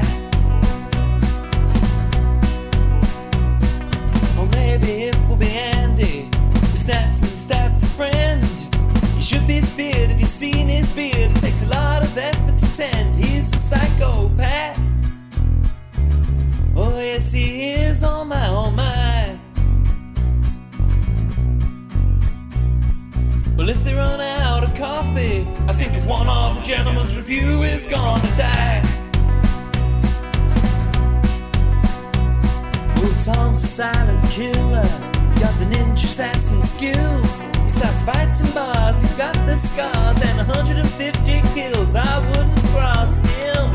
Or maybe it will be Andy who snaps and stabs a friend. You should be feared if you've seen his beard. It takes a lot of effort to tend. He's a psychopath. Oh, yes, he is. Oh, my, oh, my. Well, if they run out of coffee, I think one of the gentlemen's review is gonna die. Well, Tom's a silent killer. Got the ninja assassin skills. He starts fighting bars. He's got the scars and 150 kills. I wouldn't cross him.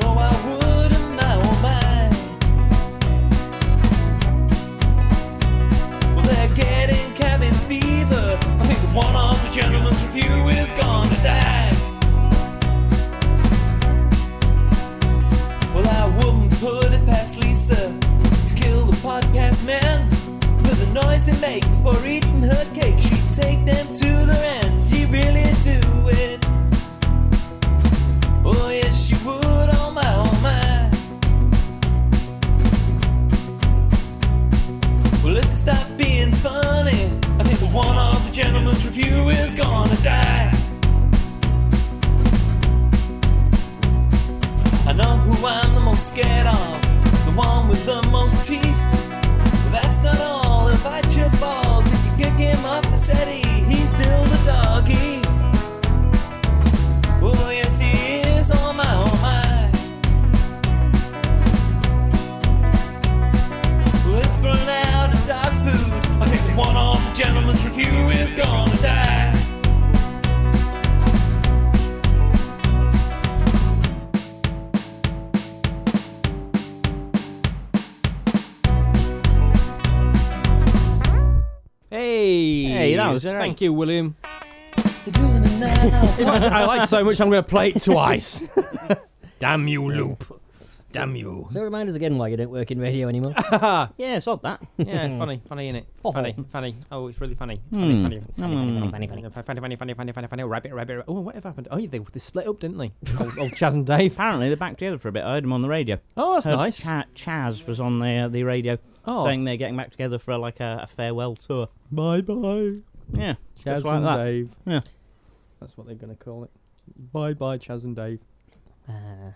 No, I wouldn't. My oh my. Well, they're getting cabin fever. I think that one of the gentlemen's review is gonna die. Well, I wouldn't put it past Lisa to kill the podcast man. With the noise they make before eating her cake, she'd take them to their end. She really do it. Oh, yes, she would. Oh, my, oh, my. Well, if they stop being most scared of, the one with the most teeth. But that's not all. Invite your balls if you kick him off the settee. He's still the doggy. Oh yes, he is. Oh my, oh my. We've thrown out a dog's boot. I think the one of the gentleman's review is gonna die.
Hey,
Hey, that was all right.
Thank you, William.
They're doing a nine-hour
I like so much. I'm going to play it twice. Damn you, Loop. Damn you.
So remind us again why you don't work in radio anymore.
Yeah, it's odd that.
Yeah, funny, funny, innit?
Oh.
Funny, funny. Oh, it's really funny. Funny,
Hmm.
funny, funny, funny,
Hmm.
funny, funny, funny, funny, funny, funny, funny, funny, funny. Rabbit, rabbit, rabbit. Oh, whatever happened? Oh, they, they split up, didn't they? old, old Chaz and Dave.
Apparently, they're back together for a bit. I heard them on the radio.
Oh, that's
Heard
nice.
Cha- Chaz was on the uh, the radio
Oh.
saying they're getting back together for like a, a farewell tour.
Bye bye,
Yeah,
Chaz
just like
and
that.
Dave.
Yeah.
That's what they're going to call it. Bye bye, Chaz and Dave.
Uh,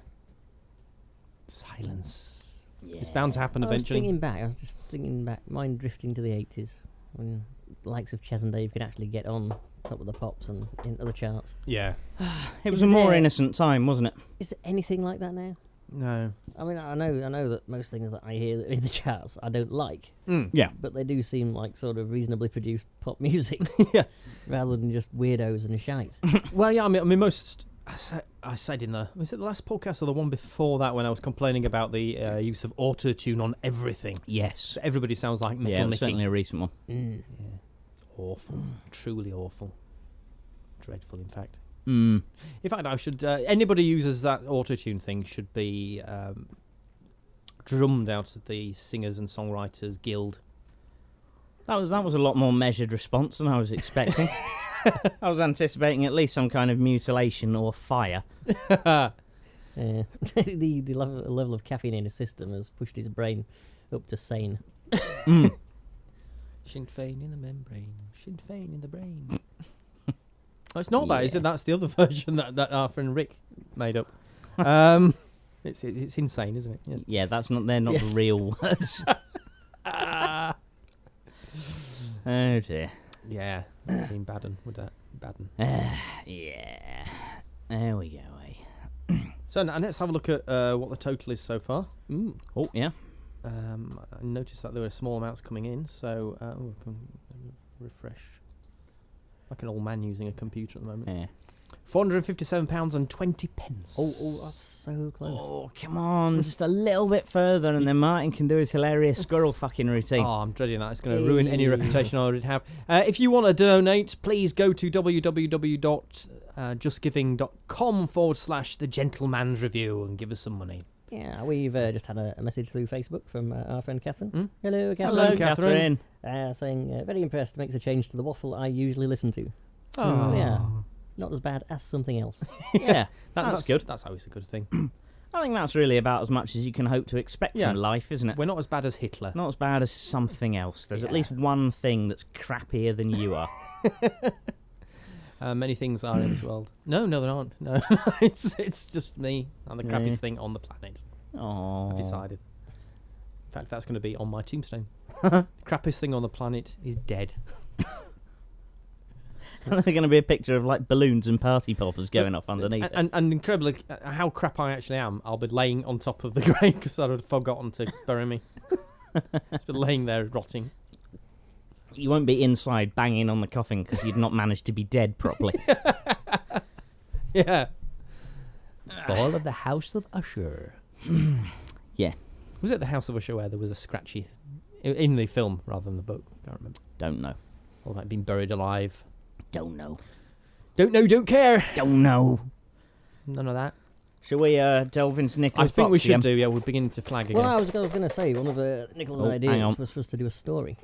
Silence.
Yeah.
It's bound to happen
I was
eventually.
thinking back. I was just thinking back. Mine drifting to the eighties when the likes of Chaz and Dave could actually get on top of the pops and in other charts.
Yeah.
It was
Is
a more
there-
innocent time, wasn't it?
Is there anything like that now?
No.
I mean, I know, I know that most things that I hear in the charts I don't like,
Mm.
Yeah.
but they do seem like sort of reasonably produced pop music,
Yeah.
rather than just weirdos and shite.
Well, yeah, I mean, I mean most. I said, I said in the was it the last podcast or the one before that when I was complaining about the uh, use of auto tune on everything.
Yes.
Everybody sounds like Metal
Yeah, it was
Nicky.
certainly a recent one.
Mm.
Awful, truly awful, dreadful. In fact,
Mm.
in fact, I should uh, anybody who uses that auto tune thing should be um, drummed out of the Singers and Songwriters Guild.
That was that was a lot more measured response than I was expecting. I was anticipating at least some kind of mutilation or fire.
Yeah. the the level, level of caffeine in his system has pushed his brain up to sane.
Sinn Fein in the membrane, Sinn Fein in the brain. Oh, it's not that, is it? That's the other version that, that Arthur and Rick made up. Um, it's it's insane, isn't it? Yes.
Yeah, that's not they're not
Yes.
the real words.
Ah.
oh dear.
Yeah, I mean Baden would that Baden.
Yeah. There we go. eh?
So now let's have a look at uh, what the total is so far. Mm.
Oh yeah.
Um, I noticed that there were small amounts coming in, so uh, oh, I can refresh. Like an old man using a computer at the moment.
Yeah.
Four hundred and fifty-seven pounds and twenty pence.
Oh, oh, that's so close.
Oh come on, just a little bit further, and then Martin can do his hilarious squirrel fucking routine.
Oh, I'm dreading that. It's going to ruin any
Ew.
reputation I already have. Uh, if you want to donate, please go to www.justgiving.com forward slash the gentleman's review and give us some money.
Yeah, we've uh, just had a, a message through Facebook from uh, our friend Catherine.
Mm.
Hello, Catherine.
Hello,
Catherine.
Catherine.
Uh, saying, uh, very impressed, makes a change to the waffle I usually listen to.
Oh,
Yeah. Not as bad as something else.
yeah, that's good. Mm.
That's always a good thing.
I think that's really about as much as you can hope to expect
Yeah.
from life, isn't it?
We're not as bad as Hitler.
Not as bad as something else. There's at
Yeah.
least one thing that's crappier than you are.
Uh, many things are in this world. No, no, there aren't. No, it's it's just me. I'm the
Yeah.
crappiest thing on the planet.
Oh,
I've decided. In fact, that's going to be on my tombstone. crappiest thing on the planet is dead.
There's going to be a picture of like balloons and party poppers going off underneath.
and, and, and incredibly, uh, how crap I actually am, I'll be laying on top of the grave because I'd have forgotten to bury me. it's been laying there rotting.
it. You won't be inside banging on the coffin because you'd not managed to be dead properly.
Yeah. Ball of the House of Usher.
Yeah.
Was it the House of Usher where there was a scratchy i- in the film rather than the book? I can't remember.
Don't know.
Or like being buried alive.
Don't know.
Don't know, don't care.
Don't know.
None of that.
Shall we uh, delve into
I
Nicholas?
think we should do. Yeah, we're beginning to flag again.
well, I was, I was going to say, one of uh, Nicholas'
Oh, hang on.
ideas was for us to do a story.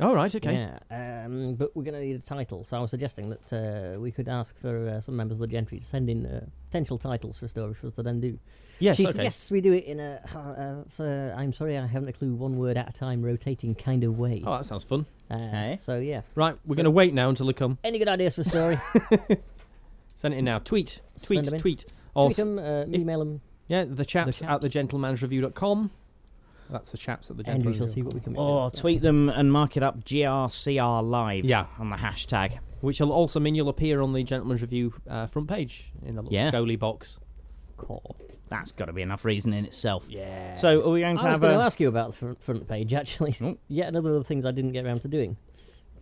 All right. Okay.
Yeah, um, but we're going to need a title, so I was suggesting that uh, we could ask for uh, some members of the gentry to send in uh, potential titles for a story for us to then do.
Yes.
she
okay.
suggests we do it in a, uh, uh, I'm sorry, I haven't a clue, one word at a time, rotating kind of way.
Oh, that sounds fun.
Uh,
okay.
So, yeah.
Right, we're
So-
going to wait now until they come.
Any good ideas for a story?
Send it in now. Tweet,
Send
tweet,
'em in.
tweet. Or
Tweet
s-
them, uh, email them.
Yeah, the chaps, at
chaps.
thegentleman'sreview.com. That's the chaps at the
and we shall see
gentleman's
what we can make.
Or
of it,
Oh,
so.
tweet them and mark it up GRCR live
Yeah.
on the hashtag.
which will also mean you'll appear on the gentleman's review uh, front page in the little
Yeah.
Scully box.
Cool. That's got to be enough reason in itself.
Yeah.
So are we going to
I was
have
going
a...
to ask you about the front, front page actually.
Oh.
Yet another of the things I didn't get around to doing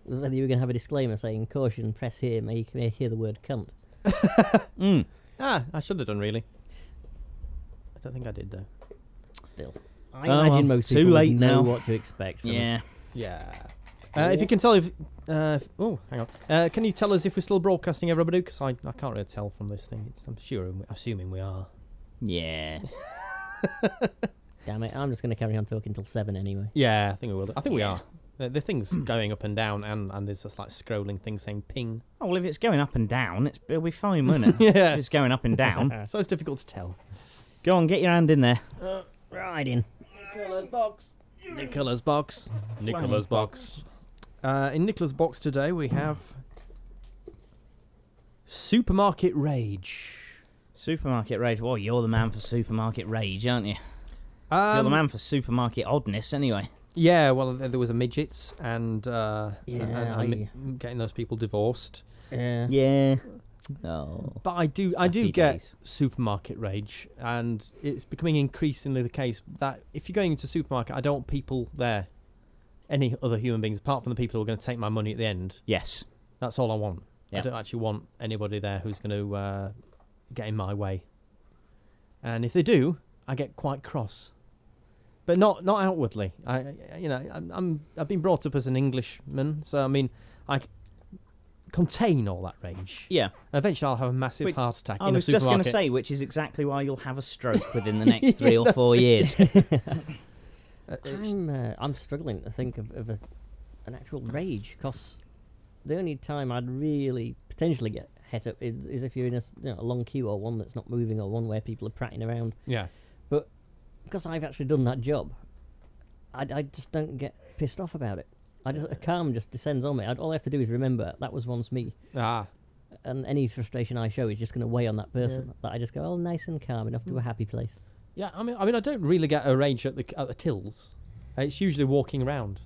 was whether you were going to have a disclaimer saying caution, press here, may, may hear the word cunt.
Mm.
ah, I should have done really. I don't think I did though.
Still,
Oh,
I imagine
well,
most
too
people would
late now.
know what to expect. From
Yeah.
Yeah. Uh, if you can tell if, uh, if- oh, hang on. Uh, can you tell us if we're still broadcasting every Badoo? Because I, I can't really tell from this thing. It's, I'm sure, assuming we are.
Yeah.
us. Damn it, I'm just going to carry on talking till seven anyway.
Yeah, I think we will. do. I think we
Yeah.
are. The, the thing's going up and down, and, and there's this like scrolling thing saying ping.
Oh, well, if it's going up and down, it's, it'll be fine, won't it?
Yeah.
If it's going up and down.
Uh, So it's difficult to tell.
Go on, get your hand in there.
Right in.
Nicholas box. Nicholas box. Uh, in Nicholas box today we have supermarket rage.
Supermarket rage. Well, you're the man for supermarket rage, aren't you? You're the
Um,
man for supermarket oddness, anyway.
Yeah, well, th- there was a midgets and uh, and- and-
Yeah,
and mi- getting those people divorced.
Yeah.
Yeah. Oh.
But I do, I do
Happy
get
days.
supermarket rage, and it's becoming increasingly the case that if you're going into a supermarket, I don't want people there, any other human beings apart from the people who are going to take my money at the end.
Yes.
That's all I want. I
Yeah.
don't actually want anybody there who's going to uh, get in my way. And if they do, I get quite cross, but not not outwardly. I, I- you know, I'm, I'm I've been brought up as an Englishman, so I mean, I c- contain all that rage.
Yeah.
And eventually, I'll have a massive
Which
heart attack
I
in
was
a
just going
supermarket.
to say, which is exactly why you'll have a stroke within the next three or four years.
I'm, uh, I'm struggling to think of, of a, an actual rage because the only time I'd really potentially get het up is, is if you're in a, s- you know, a long queue or one that's not moving or one where people are prattling around.
yeah,
Because I've actually done that job, I, I just don't get pissed off about it. I just a calm just descends on me. I'd, all I have to do is remember that was once me,
ah,
and any frustration I show is just going to weigh on that person. That I just go, oh, nice and calm enough to a happy place.
yeah. I mean, I mean, I don't really get a rage at the at the tills. It's usually walking around.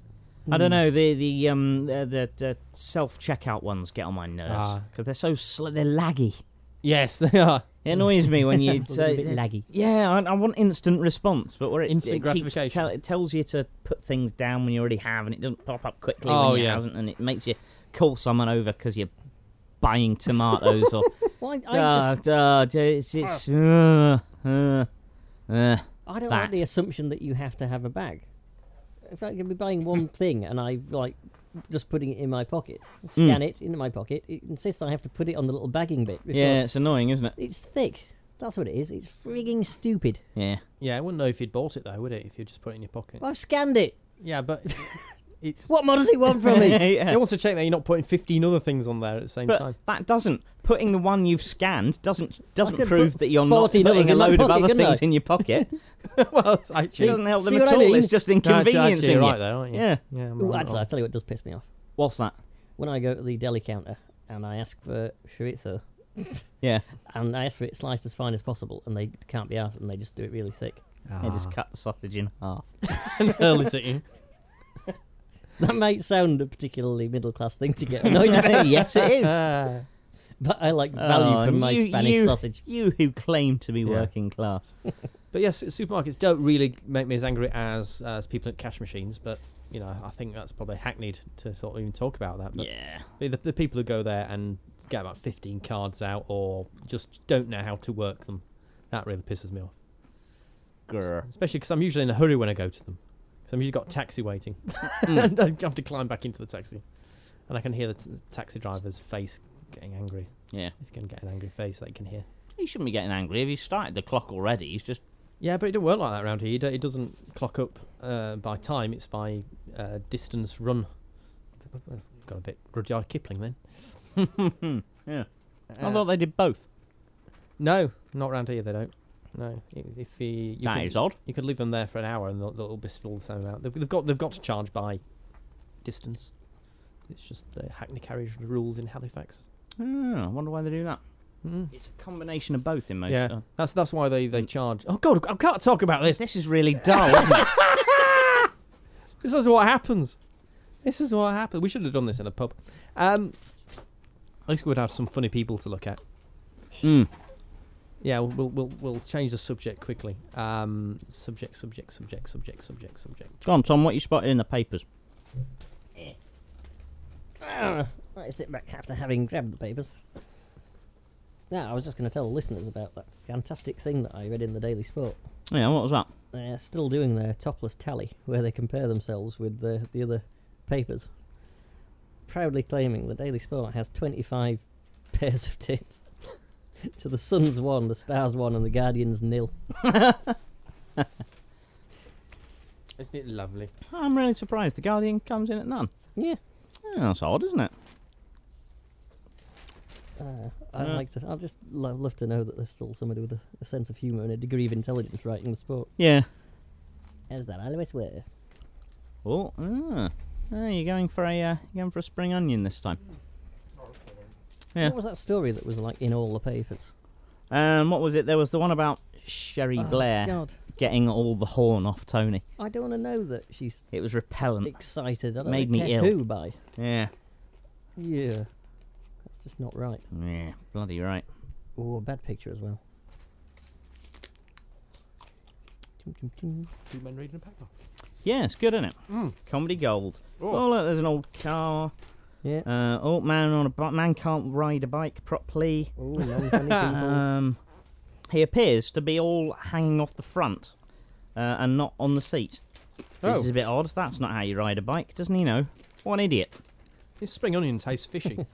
I don't know. The the um the, the, the self checkout ones get on my nerves
Ah.
because they're so sl- they're laggy.
Yes, they are.
It annoys me when you
It's a
say
little bit laggy.
Yeah, I, I want instant response, but where it
Instant
it keeps
gratification.
tell- it tells you to put things down when you already have, and it doesn't pop up quickly
Oh,
when it
yeah.
hasn't, and it makes you call someone over because you're buying tomatoes or
Well, I,
duh,
I just Ah.
duh, duh, it's it's uh, uh, uh.
I don't like
that.
the assumption that you have to have a bag. If I could be buying
Mm.
one thing and I like just putting it in my pocket, scan it into my pocket, it insists I have to put it on the little bagging bit. before-
yeah, it's annoying, isn't it?
it's thick. That's what it is. It's frigging stupid.
Yeah,
Yeah, I wouldn't know if you'd bought it though, would it? If you just put it in your pocket.
Well, I've scanned it.
Yeah, but it's.
What more does he want from me?
yeah.
It wants to check that you're not putting 15 other things on there at the same
But
time.
that doesn't putting the one you've scanned doesn't
I
doesn't
could
prove
put
that you're not
14 others
putting a
in my
load of
pocket,
other
couldn't I?
things in your pocket.
well, it's
She
actually.
doesn't help
See
them
what
at
I
all.
mean?
It's just
No, actually,
inconveniencing
actually, you're
you.
right there, aren't you?
Yeah.
yeah I'm
Ooh,
right,
actually, I
right.
tell you what does piss me off.
What's that?
When I go to the deli counter and I ask for chorizo,
Yeah,
and I ask for it sliced as fine as possible, and they can't be asked, and they just do it really thick.
they
Ah.
just cut the Ah. sausage in half.
And hurl it at you.
That might sound a particularly middle class thing to get annoyed at.
yes, it is.
Ah.
But I like value
Oh,
from my
you-
Spanish
you-
sausage.
You who claim to be
Yeah.
working class.
but yes, supermarkets don't really make me as angry as as people at cash machines. But you know, I think that's probably hackneyed to sort of even talk about that. But
Yeah.
the, the people who go there and get about 15 cards out, or just don't know how to work them, that really pisses me off.
Grr.
Especially because I'm usually in a hurry when I go to them. Because I've usually got a taxi waiting. and I have to climb back into the taxi. And I can hear the t- taxi driver's face getting angry.
Yeah.
If you can get an angry face, they can hear.
He shouldn't be getting angry. If he started the clock already, he's just
Yeah, but it doesn't work like that around here. You don't- It doesn't clock up uh, by time, it's by uh, distance run. Got a bit Rudyard Kipling then.
yeah. I
Uh,
thought they did both.
No, not round here, they don't. No, if, if you, you
That
can-
is odd.
You could leave them there for an hour, and they'll, they'll be still the same amount. They've, they've got they've got to charge by distance. It's just the Hackney Carriage rules in Halifax.
Oh, I Ah, wonder why they do that.
Mm.
It's a combination of both in most.
Yeah,
uh,
that's that's why they, they charge. Oh God, I can't talk about this.
This is really dull. isn't it?
This is what happens. This is what happens. We should have done this in a pub. Um, at least we would have some funny people to look at.
Mm.
Yeah, we'll we'll, we'll, we'll change the subject quickly. Um, subject, subject, subject, subject, subject, subject.
Go on, Tom. What you spotted in the papers?
Ah, I sit back after having grabbed the papers. Now, I was just going to tell the listeners about that fantastic thing that I read in the Daily Sport.
Yeah, what was that?
They're still doing their topless tally, where they compare themselves with the, the other papers. Proudly claiming the Daily Sport has 25 pairs of tits. to the Sun's one, the Star's one, and the Guardian's nil.
Isn't it lovely?
I'm really surprised. The Guardian comes in at none.
Yeah,
Yeah, that's odd, isn't it?
Uh, I'd
Yeah.
like to. I'd just lo- love to know that there's still somebody with a, a sense of humour and a degree of intelligence writing the sport.
Yeah.
As that always worse.
Oh, ah. Ah, you're going for a uh, you're going for a spring onion this time. Yeah.
What was that story that was like in all the papers?
Um, what was it? There was the one about Sherry
Oh,
Blair
God,
getting all the horn off Tony.
I don't want to know that she's
It was
Mm.
repellent.
excited. I don't
Made me
care
ill.
Who by?
Yeah.
Yeah, that's just not right.
Yeah. Bloody right.
Oh, a bad picture as well. Dum, dum, dum.
Two men reading a paper.
Yeah, it's good, isn't it?
Hmm.
Comedy gold. Oh look, there's an old car.
Yeah.
Uh, oh man on a bi- man can't ride a bike properly.
Oh, long funny people.
Um, he appears to be all hanging off the front uh, and not on the seat. This
Oh.
is a bit odd. That's not how you ride a bike, doesn't he know? What an idiot.
This spring onion tastes fishy.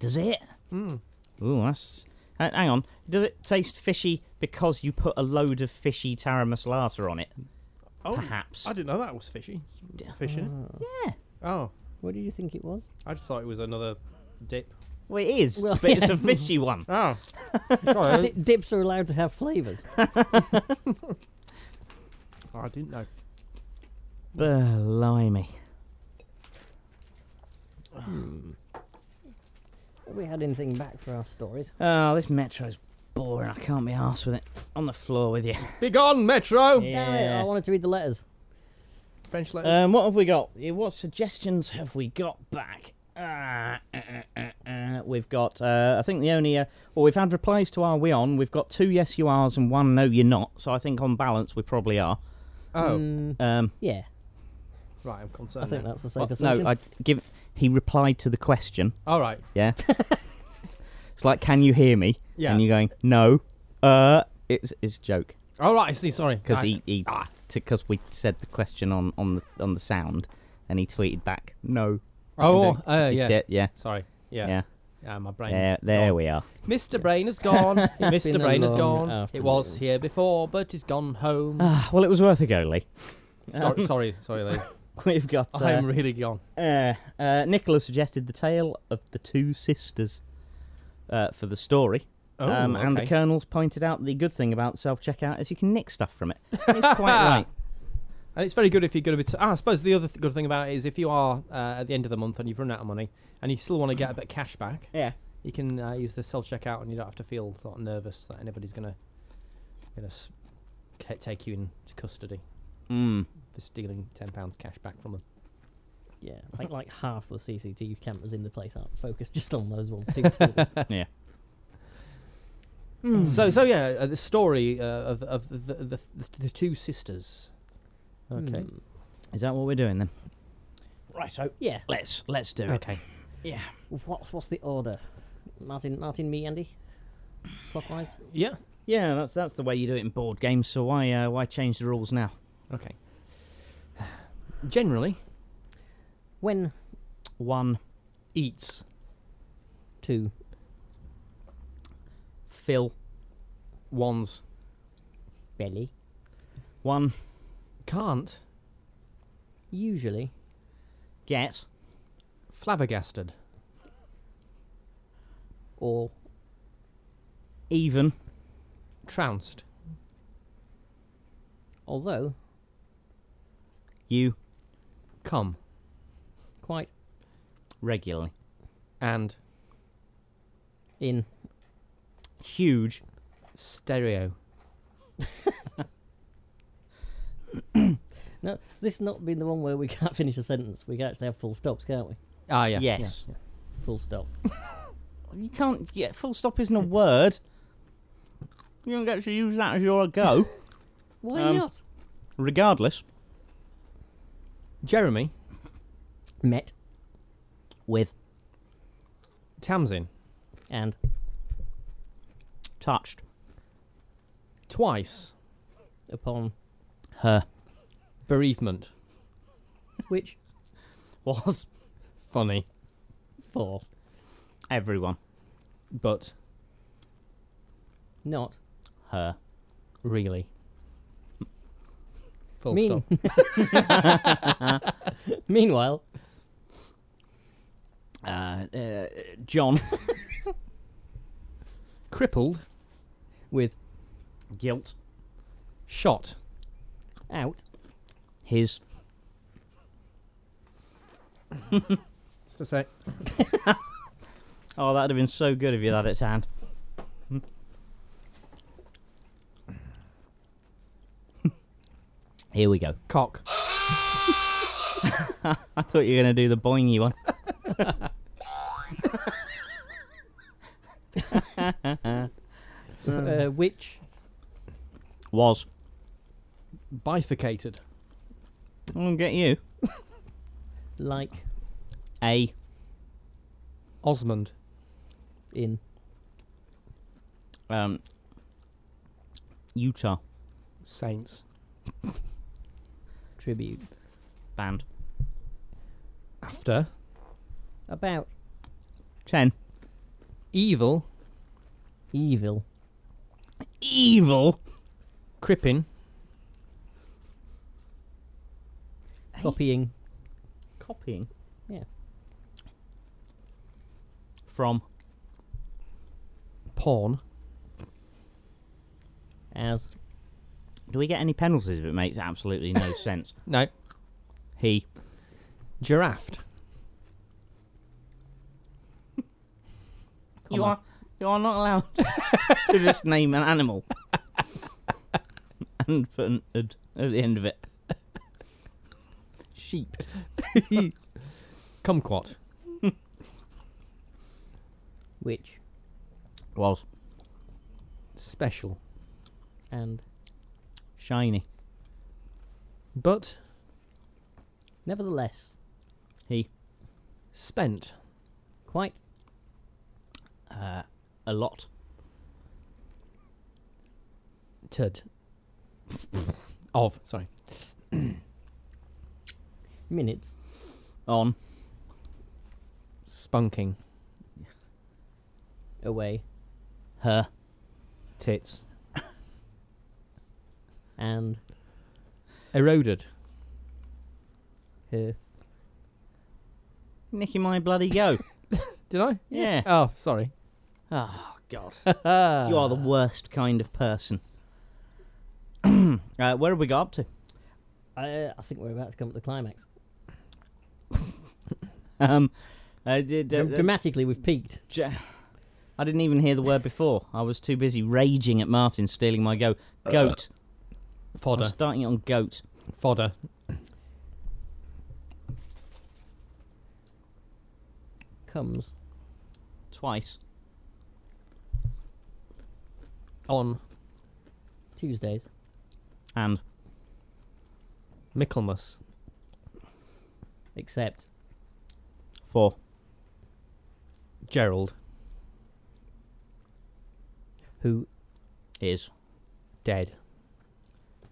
Does it?
Mm.
Ooh, that's. ha- Hang on. Does it taste fishy because you put a load of fishy taramasalata on it?
Oh,
Perhaps.
I didn't know that was fishy.
D-
Fish in it.
Yeah.
Oh,
What did you think it was?
I just thought it was another dip.
Well, it is,
Well,
but it's a fishy one.
Oh,
Di- dips are allowed to have flavours.
I didn't know.
Blimey.
Have we had anything back for our stories?
Oh, this metro's boring. I can't be arsed with it. On the floor with you.
Be gone, Metro.
Damn it! I wanted to read the letters.
French letters.
Um, what have we got? Eh, What suggestions have we got back? Ah, uh, uh, uh, uh, we've got. Uh, I think the only. Uh, well, we've had replies to "Are we on?" We've got two yes you are's and one no you're not. So I think on balance we probably are.
oh,
Mm,
Um,
yeah,
right. I'm concerned.
I think
now.
that's the
well,
safe assumption.
no, I give. He replied to the question.
All right.
Yeah. it's like, can you hear me?
Yeah.
And you're going, no. Uh, it's it's a joke
All right. Ah. I see. Sorry.
because
I-
he he because we said the question on on the on the sound, and he tweeted back, no.
Oh,
And,
uh,
he's
yeah.
dead, yeah.
Sorry. Yeah. Mm.
Yeah.
Yeah, my brain.
There, there we are.
Mr. Brain is gone. Mr.
been a
Brain is
long
gone. It was
afternoon.
here before, but is gone home.
Ah, well, it was worth a go, Lee.
sorry, sorry, sorry, Lee.
We've got
I'm
uh,
really gone.
uh, uh, Nicola suggested the tale of the two sisters uh, for the story,
Oh,
um, and the
okay.
colonels pointed out the good thing about self checkout is you can nick stuff from it. It's quite right.
And it's very good if you're going to be. T- ah, I suppose the other th- good thing about it is if you are uh, at the end of the month and you've run out of money and you still want to get a bit of cash back,
Yeah.
you can uh, use the self checkout and you don't have to feel sort of nervous that anybody's going to going to take you into custody
Mm.
for stealing ten pounds cash back from them.
yeah, I think like half the CCTV cameras in the place aren't focused just on those one two tools.
Yeah.
So, so yeah, uh, the story uh, of of the the, the the two sisters. Okay.
Mm.
Is that what we're doing then? Right. So
Yeah.
let's let's do it.
Okay.
Yeah.
What's what's the order? Martin, Martin, me, Andy. Clockwise.
Yeah.
Yeah. That's that's the way you do it in board games. So why uh, why change the rules now?
Okay. Generally,
When
One,
eats.
two.
fill.
One's
Belly.
One,
can't.
Usually.
get.
Flabbergasted.
Or
Even.
Trounced.
although
You.
Come.
quite
Regularly.
And
in
huge.
Stereo.
No, this not being the one where we can't finish a sentence. We can actually have full stops, can't we?
Ah, yeah.
Yes.
Full stop.
You can't. Yeah, full stop isn't a word. You don't get to use that as your go.
Why
Um,
not?
Regardless,
Jeremy
Met with
Tamsin
and
touched
twice
upon
her
bereavement.
which
was
Funny,
for
everyone
but
not
her.
really. Full
Mean-
stop.
Meanwhile,
Uh, uh, John
Crippled,
with
guilt
shot,
out
his
just a sec.
Oh, that'd have been so good if you'd had it to hand. Hmm. Here we go.
cock,
I thought you were going to do the boingy one.
Hmm.
uh, which
Was.
bifurcated,
I'm going to get you.
like
A.
Osmond,
in
Um, Utah
Saints,
tribute
band.
after,
about
10.
evil,
evil
Evil.
crippin,
copying
Copying.
Yeah.
From.
porn,
as
Do we get any penalties if it makes absolutely no sense?
no,
He.
giraffe,
You
Comma.
are you are not allowed to just name an animal and put an ed at the end of it. Sheep.
kumquat,
which
Was
special,
and
shiny.
but
nevertheless
He
spent,
quite
uh, a lot
ted, of, sorry,
minutes
on
spunking,
away
her
tits,
and
eroded,
her
Nicky my bloody go.
did I?
yeah.
Oh, sorry.
Oh God. you are the worst kind of person. uh, where have we got up to?
uh, I, I think we're about to come to the climax.
Um uh, d- d-
Dra- dramatically, we've peaked.
Ja- I didn't even hear the word before. I was too busy raging at Martin stealing my go. Goat. I'm
Fodder,
starting it on goat.
fodder,
Comes
Twice.
on
Tuesdays
And
Michaelmas,
except
four.
Gerald,
who
Is.
dead.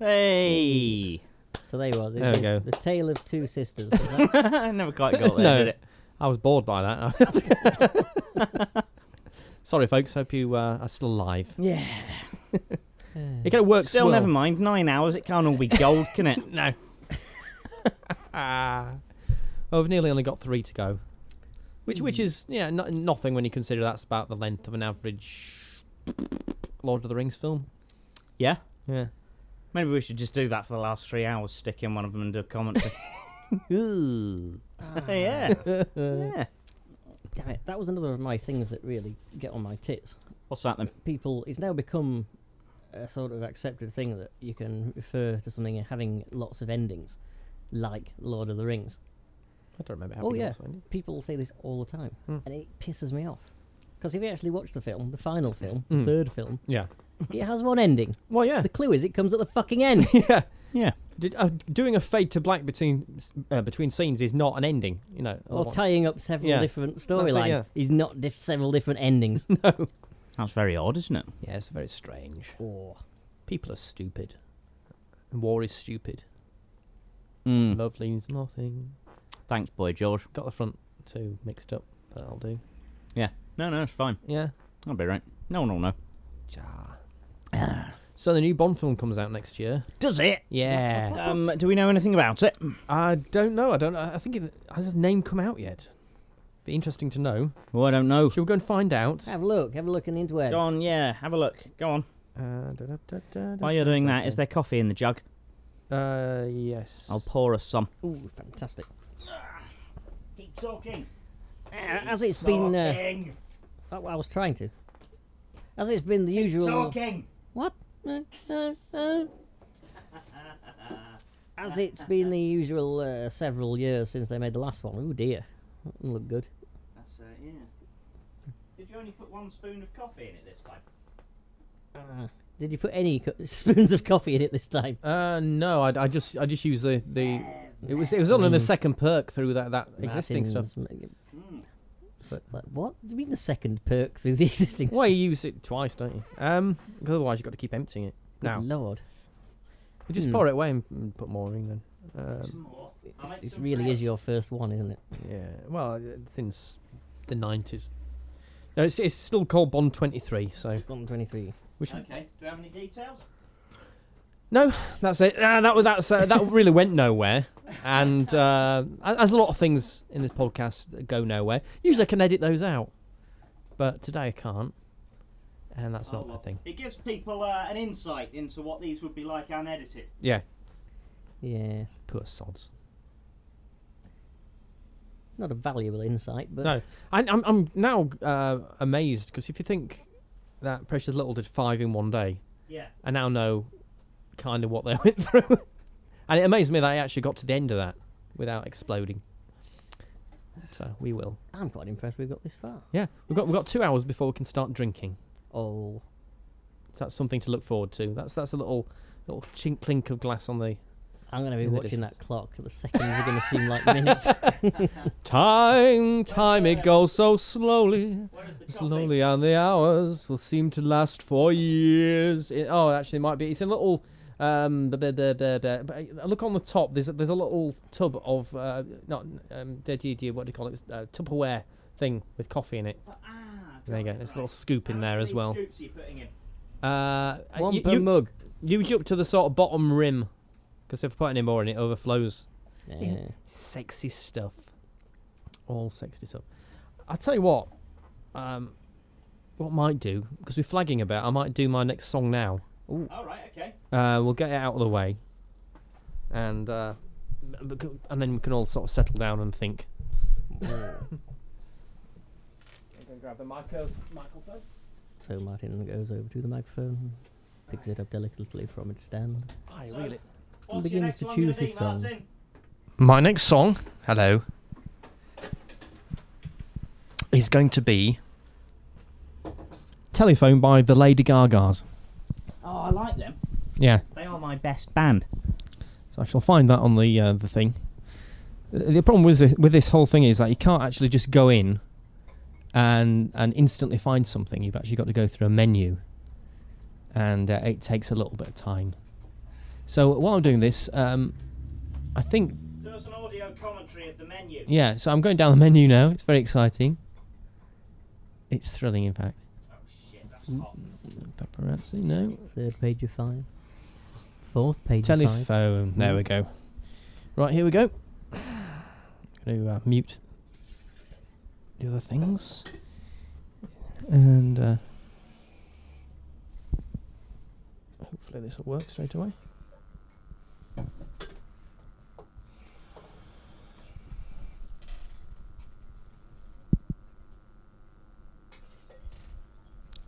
Hey!
so they was
There we
the,
go.
the tale of two sisters is that?
I never quite got there,
No.
did it?
I was bored by that. Sorry, folks. Hope you uh, are still alive.
Yeah.
It kind of works.
Still,
well.
never mind. Nine hours. It can't all be gold, can it?
No. Ah. well, we've nearly only got three to go, which
Mm.
which is yeah no, nothing when you consider that's about the length of an average Lord of the Rings film.
Yeah?
Yeah.
Maybe we should just do that for the last three hours, stick in one of them and do a commentary. Ooh. yeah. yeah.
damn it that was another of my things that really get on my tits
What's that then?
people it's now become a sort of accepted thing that you can refer to something having lots of endings, like Lord of the Rings.
I don't remember how
Oh yeah, people say this all the time,
Hmm.
and it pisses me off. Because if you actually watch the film, the final film,
Mm.
the third film,
Yeah.
it has one ending.
Well, yeah.
The clue is it comes at the fucking end.
yeah.
Yeah.
Did, uh, doing a fade to black between uh, between scenes is not an ending, you know. I
or
want-
tying up several
Yeah.
different
it,
storylines
yeah.
is not diff- several different endings.
That's very odd, isn't it?
yeah, it's very strange.
or
People are stupid. And war is stupid.
Mm.
Love leans nothing.
Thanks, boy George.
Got the front two mixed up, but I'll do.
No, no, it's fine.
Yeah.
I'll be right. No one will know.
So the new Bond film comes out next year.
Does it?
Yeah.
Um, do we know anything about it?
I don't know. I don't. I think it has the name come out yet. Be interesting to know.
Well, I don't know.
Shall we go and find out?
have a look, have a look in the interweb.
Go on, yeah, have a look. Go on.
Uh, da, da, da, da,
While
da,
you're
da,
doing
da,
that, is
da.
there coffee in the jug?
Uh, yes.
I'll pour us some.
Ooh, fantastic.
Keep talking.
As it's been, uh, oh, I was trying to. As it's been the usual. What? No, no, no. As it's been the usual uh, several years since they made the last one. Ooh dear, that doesn't look good.
That's, uh, yeah. Did you only put one spoon of coffee in it this time?
Uh, did you put any co- spoons of coffee in it this time?
Uh, no, I, I just I just used the the. It was it was only the second perk through that Mm. that existing stuff.
Martin's ma- S- like, what? Do you mean the second perk through the existing
Why you use it twice, don't you? Mm. Um, 'cause otherwise you've got to keep emptying it.
stuff? Good
Now
lord.
you just
Hmm.
pour it away and and put more in. Then, um,
more.
It's, it really is your first one, isn't it?
yeah. Well, uh, since the nineties. No, it's, it's still called Bond twenty three. So
One twenty-three.
which
Okay, do we have any details?
that's it. Ah, that was that's uh, that really went nowhere. And uh, as a lot of things in this podcast that go nowhere, usually I can edit those out, but today I can't, and that's
Oh,
not my thing.
It gives people uh, an insight into what these would be like unedited.
Yeah,
Yes.
poor sods.
Not a valuable insight, but
No, I, I'm I'm now uh, amazed because if you think that Precious Little did five in one day,
Yeah.
I now know kind of what they went through, and it amazed me that I actually got to the end of that without exploding. But uh, we will.
I'm quite impressed we've got this far.
Yeah, we've got we've got two hours before we can start drinking.
Oh,
So that's something to look forward to. That's that's a little little chink clink of glass on the
I'm going to be
In the
watching
distance.
that clock. The seconds are going to seem like minutes.
time. Time it goes so slowly,
Where is the coffee?
slowly, and the hours will seem to last for years. It, oh, actually, it might be. It's a little. Um, b- b- b- b- b- b- look on the top. There's a, there's a little tub of uh, not um, d- d- d- what do you call it? Uh, Tupperware thing with coffee in it.
Ah,
There you
got
go.
it,
There's a
right.
little scoop in
How
there as
many
well.
Scoops are you putting in?
Uh,
One
you-
per
you-
mug.
Use you up to the sort of bottom rim, because if I put any more in, it overflows.
Yeah.
Sexy stuff. All sexy stuff. I tell you what, um, what I might do because we're flagging about. I might do my next song now.
All right, okay.
Uh, we'll get it out of the way, and uh, b- b- and then we can all sort of settle down and think. I'm gonna grab the micro- microphone.
So Martin goes over to the microphone, picks it up delicately from its stand.
I
So-
really.
What's
begins
your next
to
one gonna
choose
be,
his song.
Martin?
My next song, hello, is going to be Telephone by the Lady Gagas.
Oh, I like them.
Yeah,
They are my best band.
so I shall find that on the uh, the thing. The the problem with this, with this whole thing is that you can't actually just go in and and instantly find something. You've actually got to go through a menu, and uh, it takes a little bit of time. So while I'm doing this, um, I think
So it's an audio commentary of the menu.
Yeah, so I'm going down the menu now. It's very exciting. It's thrilling, in fact.
Oh shit, that's hot.
Paparazzi, no.
Third page of five. Fourth page of five.
Telephone. There we go. Right, here we go. going to uh, mute the other things. And uh, hopefully this will work straight away.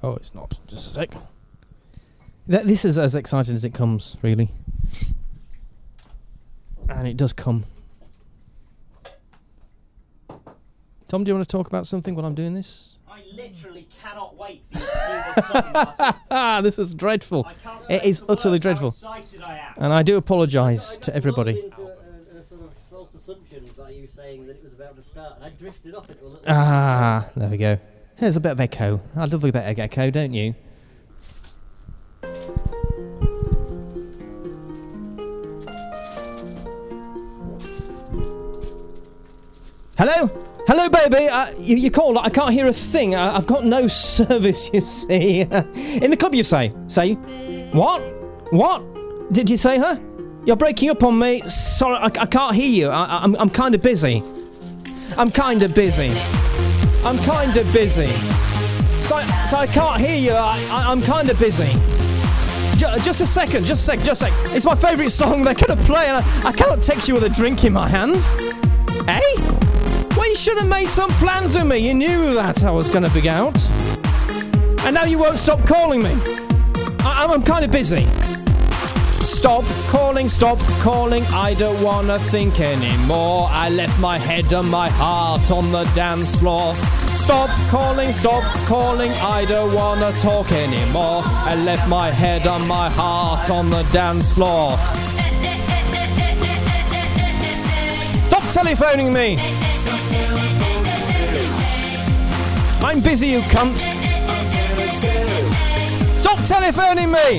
Oh, it's not. Just a sec. That, this is as exciting as it comes, really. And it does come. Tom, do you want to talk about something while I'm doing this?
I literally cannot wait for you to do the song, Martin.
Ah, this is dreadful.
I can't
It
wait
is
to work
utterly
how
dreadful.
excited I am.
And I do apologise to everybody.
Into a, a, a sort of false assumption by you saying that it was about to start, and I drifted off it a little.
Ah, there we go. There's a bit of echo. I love a bit of echo, don't you? Hello? Hello, baby. Uh, you, you called. I can't hear a thing. I, I've got no service, you see. In the club, you say? Say? What? What? Did you say, huh? You're breaking up on me. Sorry, I, I can't hear you. I, I'm, I'm kind of busy. I'm kind of busy. I'm kind of busy. So, so I can't hear you. I, I, I'm kind of busy. Ju- Just a second, just a sec, just a sec. It's my favourite song they're going to play, and I, I cannot text you with a drink in my hand. Eh? Well, you should have made some plans with me. You knew that I was going to be out. And now you won't stop calling me. I, I'm, I'm kind of busy. Stop calling, stop calling. I don't wanna think anymore. I left my head and my heart on the dance floor. Stop calling, stop calling. I don't wanna talk anymore. I left my head and my heart on the dance floor. Stop telephoning me! I'm busy, you cunt! Stop telephoning me!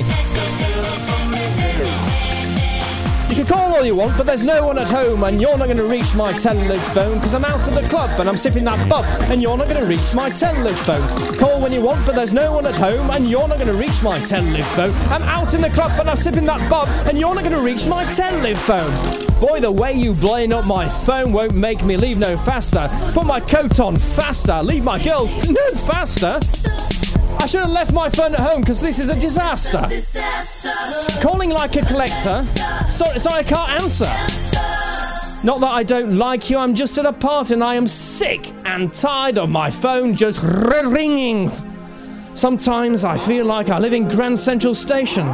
You can call all you want, but there's no one at home, and you're not going to reach my telephone because I'm out of the club and I'm sipping that bub, and you're not going to reach my telephone. Call when you want, but there's no one at home, and you're not going to reach my telephone. I'm out in the club and I'm sipping that bub, and you're not going to reach my telephone. Boy, the way you blowing up my phone won't make me leave no faster. Put my coat on faster. Leave my girls no faster. I should have left my phone at home because this is a disaster. Calling like a collector. Sorry, sorry, I can't answer. Not that I don't like you, I'm just at a party and I am sick and tired of my phone just ringing. Sometimes I feel like I live in Grand Central Station.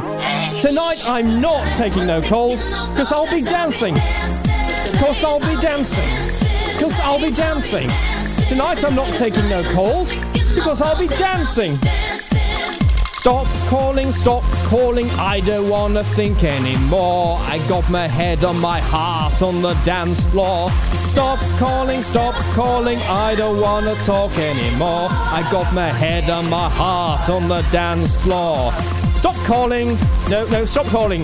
Tonight I'm not taking no calls because I'll be dancing. Because I'll be dancing. Because I'll be dancing. Tonight I'm not taking no calls because I'll be dancing. Stop calling, stop calling, I don't wanna think anymore. I got my head on my heart on the dance floor. Stop calling, stop calling, I don't wanna talk anymore. I got my head on my heart on the dance floor. Stop calling, no, no, stop calling.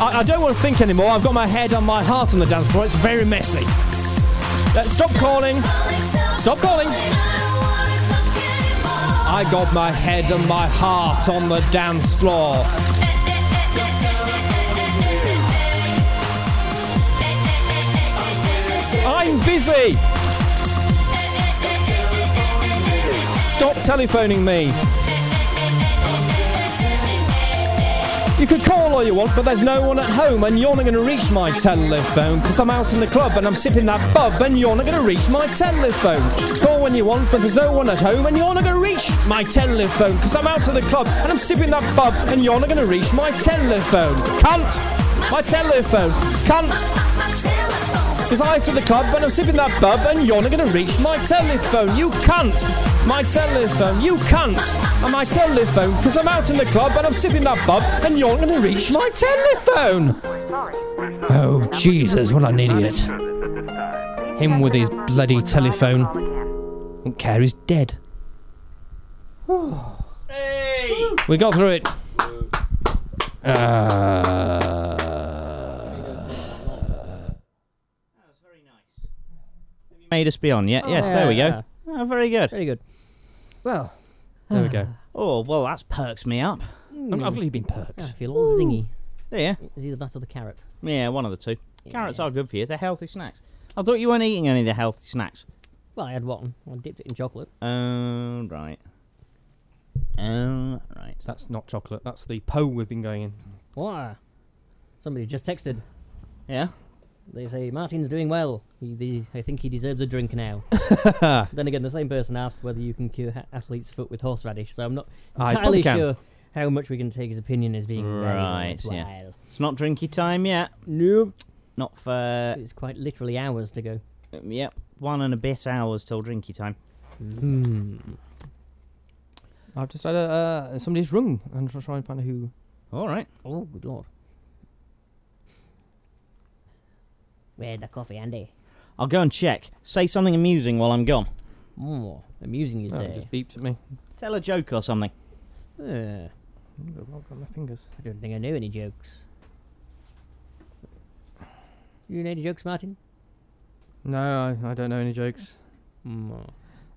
I, I don't wanna think anymore, I've got my head on my heart on the dance floor, it's very messy. Uh, stop calling, stop calling. I got my head and my heart on the dance floor. I'm busy. Stop telephoning me. You could call all you want, but there's no one at home, and you're not going to reach my telephone because I'm out in the club and I'm sipping that bub, and you're not going to reach my telephone. Call when you want, but there's no one at home, and you're not going to reach my telephone because I'm out of the club and I'm sipping that bub, and you're not going to reach my telephone. Cunt! My telephone. Cunt! Because I to the club and I'm sipping that bub, and you're not going to reach my telephone. You cunt! My telephone, you cunt! And my telephone, because I'm out in the club and I'm sipping that bub, and you're not going to reach my telephone! Oh, Jesus, what an idiot. Him with his bloody telephone. Don't care, he's dead. We got through it. Uh,
That was very nice. Have you made us be on yet? yes, there we go.
Yeah.
Oh, very good.
Very good. Well,
there we go.
Oh, well, that's perks me up.
I'm, I've really been perked.
yeah, I feel all zingy.
Yeah,
It was either that or the carrot.
yeah, one of the two. Carrots
Yeah.
are good for you. They're healthy snacks. I thought you weren't eating any of the healthy snacks.
Well, I had one. I dipped it in chocolate.
Oh, right. Oh, right.
That's not chocolate. That's the pole we've been going in.
Why? Somebody just texted.
Yeah.
They say Martin's doing well. He, he- I think he deserves a drink now. then again, the same person asked whether you can cure ha- athlete's foot with horseradish. So I'm not
I
entirely
probably can.
sure how much we can take his opinion as being very
Right, yeah.
worthwhile.
It's not drinky time yet.
Nope.
Not for um,
It's quite literally hours to go.
yep one and a bit hours till drinky time.
Hmm.
I've just had a, uh, somebody's rung and try- try and find out who.
All right.
Oh, good lord. Where the coffee, Andy?
I'll go and check. Say something amusing while I'm gone.
More amusing, you
Oh,
say?
it just beeped at me.
Tell a joke or something.
Uh,
Mm, I've not got my fingers.
I don't think I know any jokes. You know any jokes, Martin?
No, I, I don't know any jokes.
Hmm.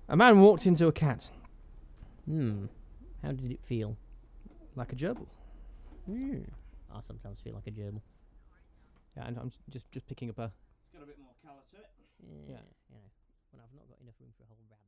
A man walked into a cat
Hmm. How did it feel?
like a gerbil.
Hmm. I sometimes feel like a gerbil.
Yeah, and I'm s- just just picking up a.
It's got a bit more colour to it.
Yeah. You know, when I've not got enough room for a whole rabbit.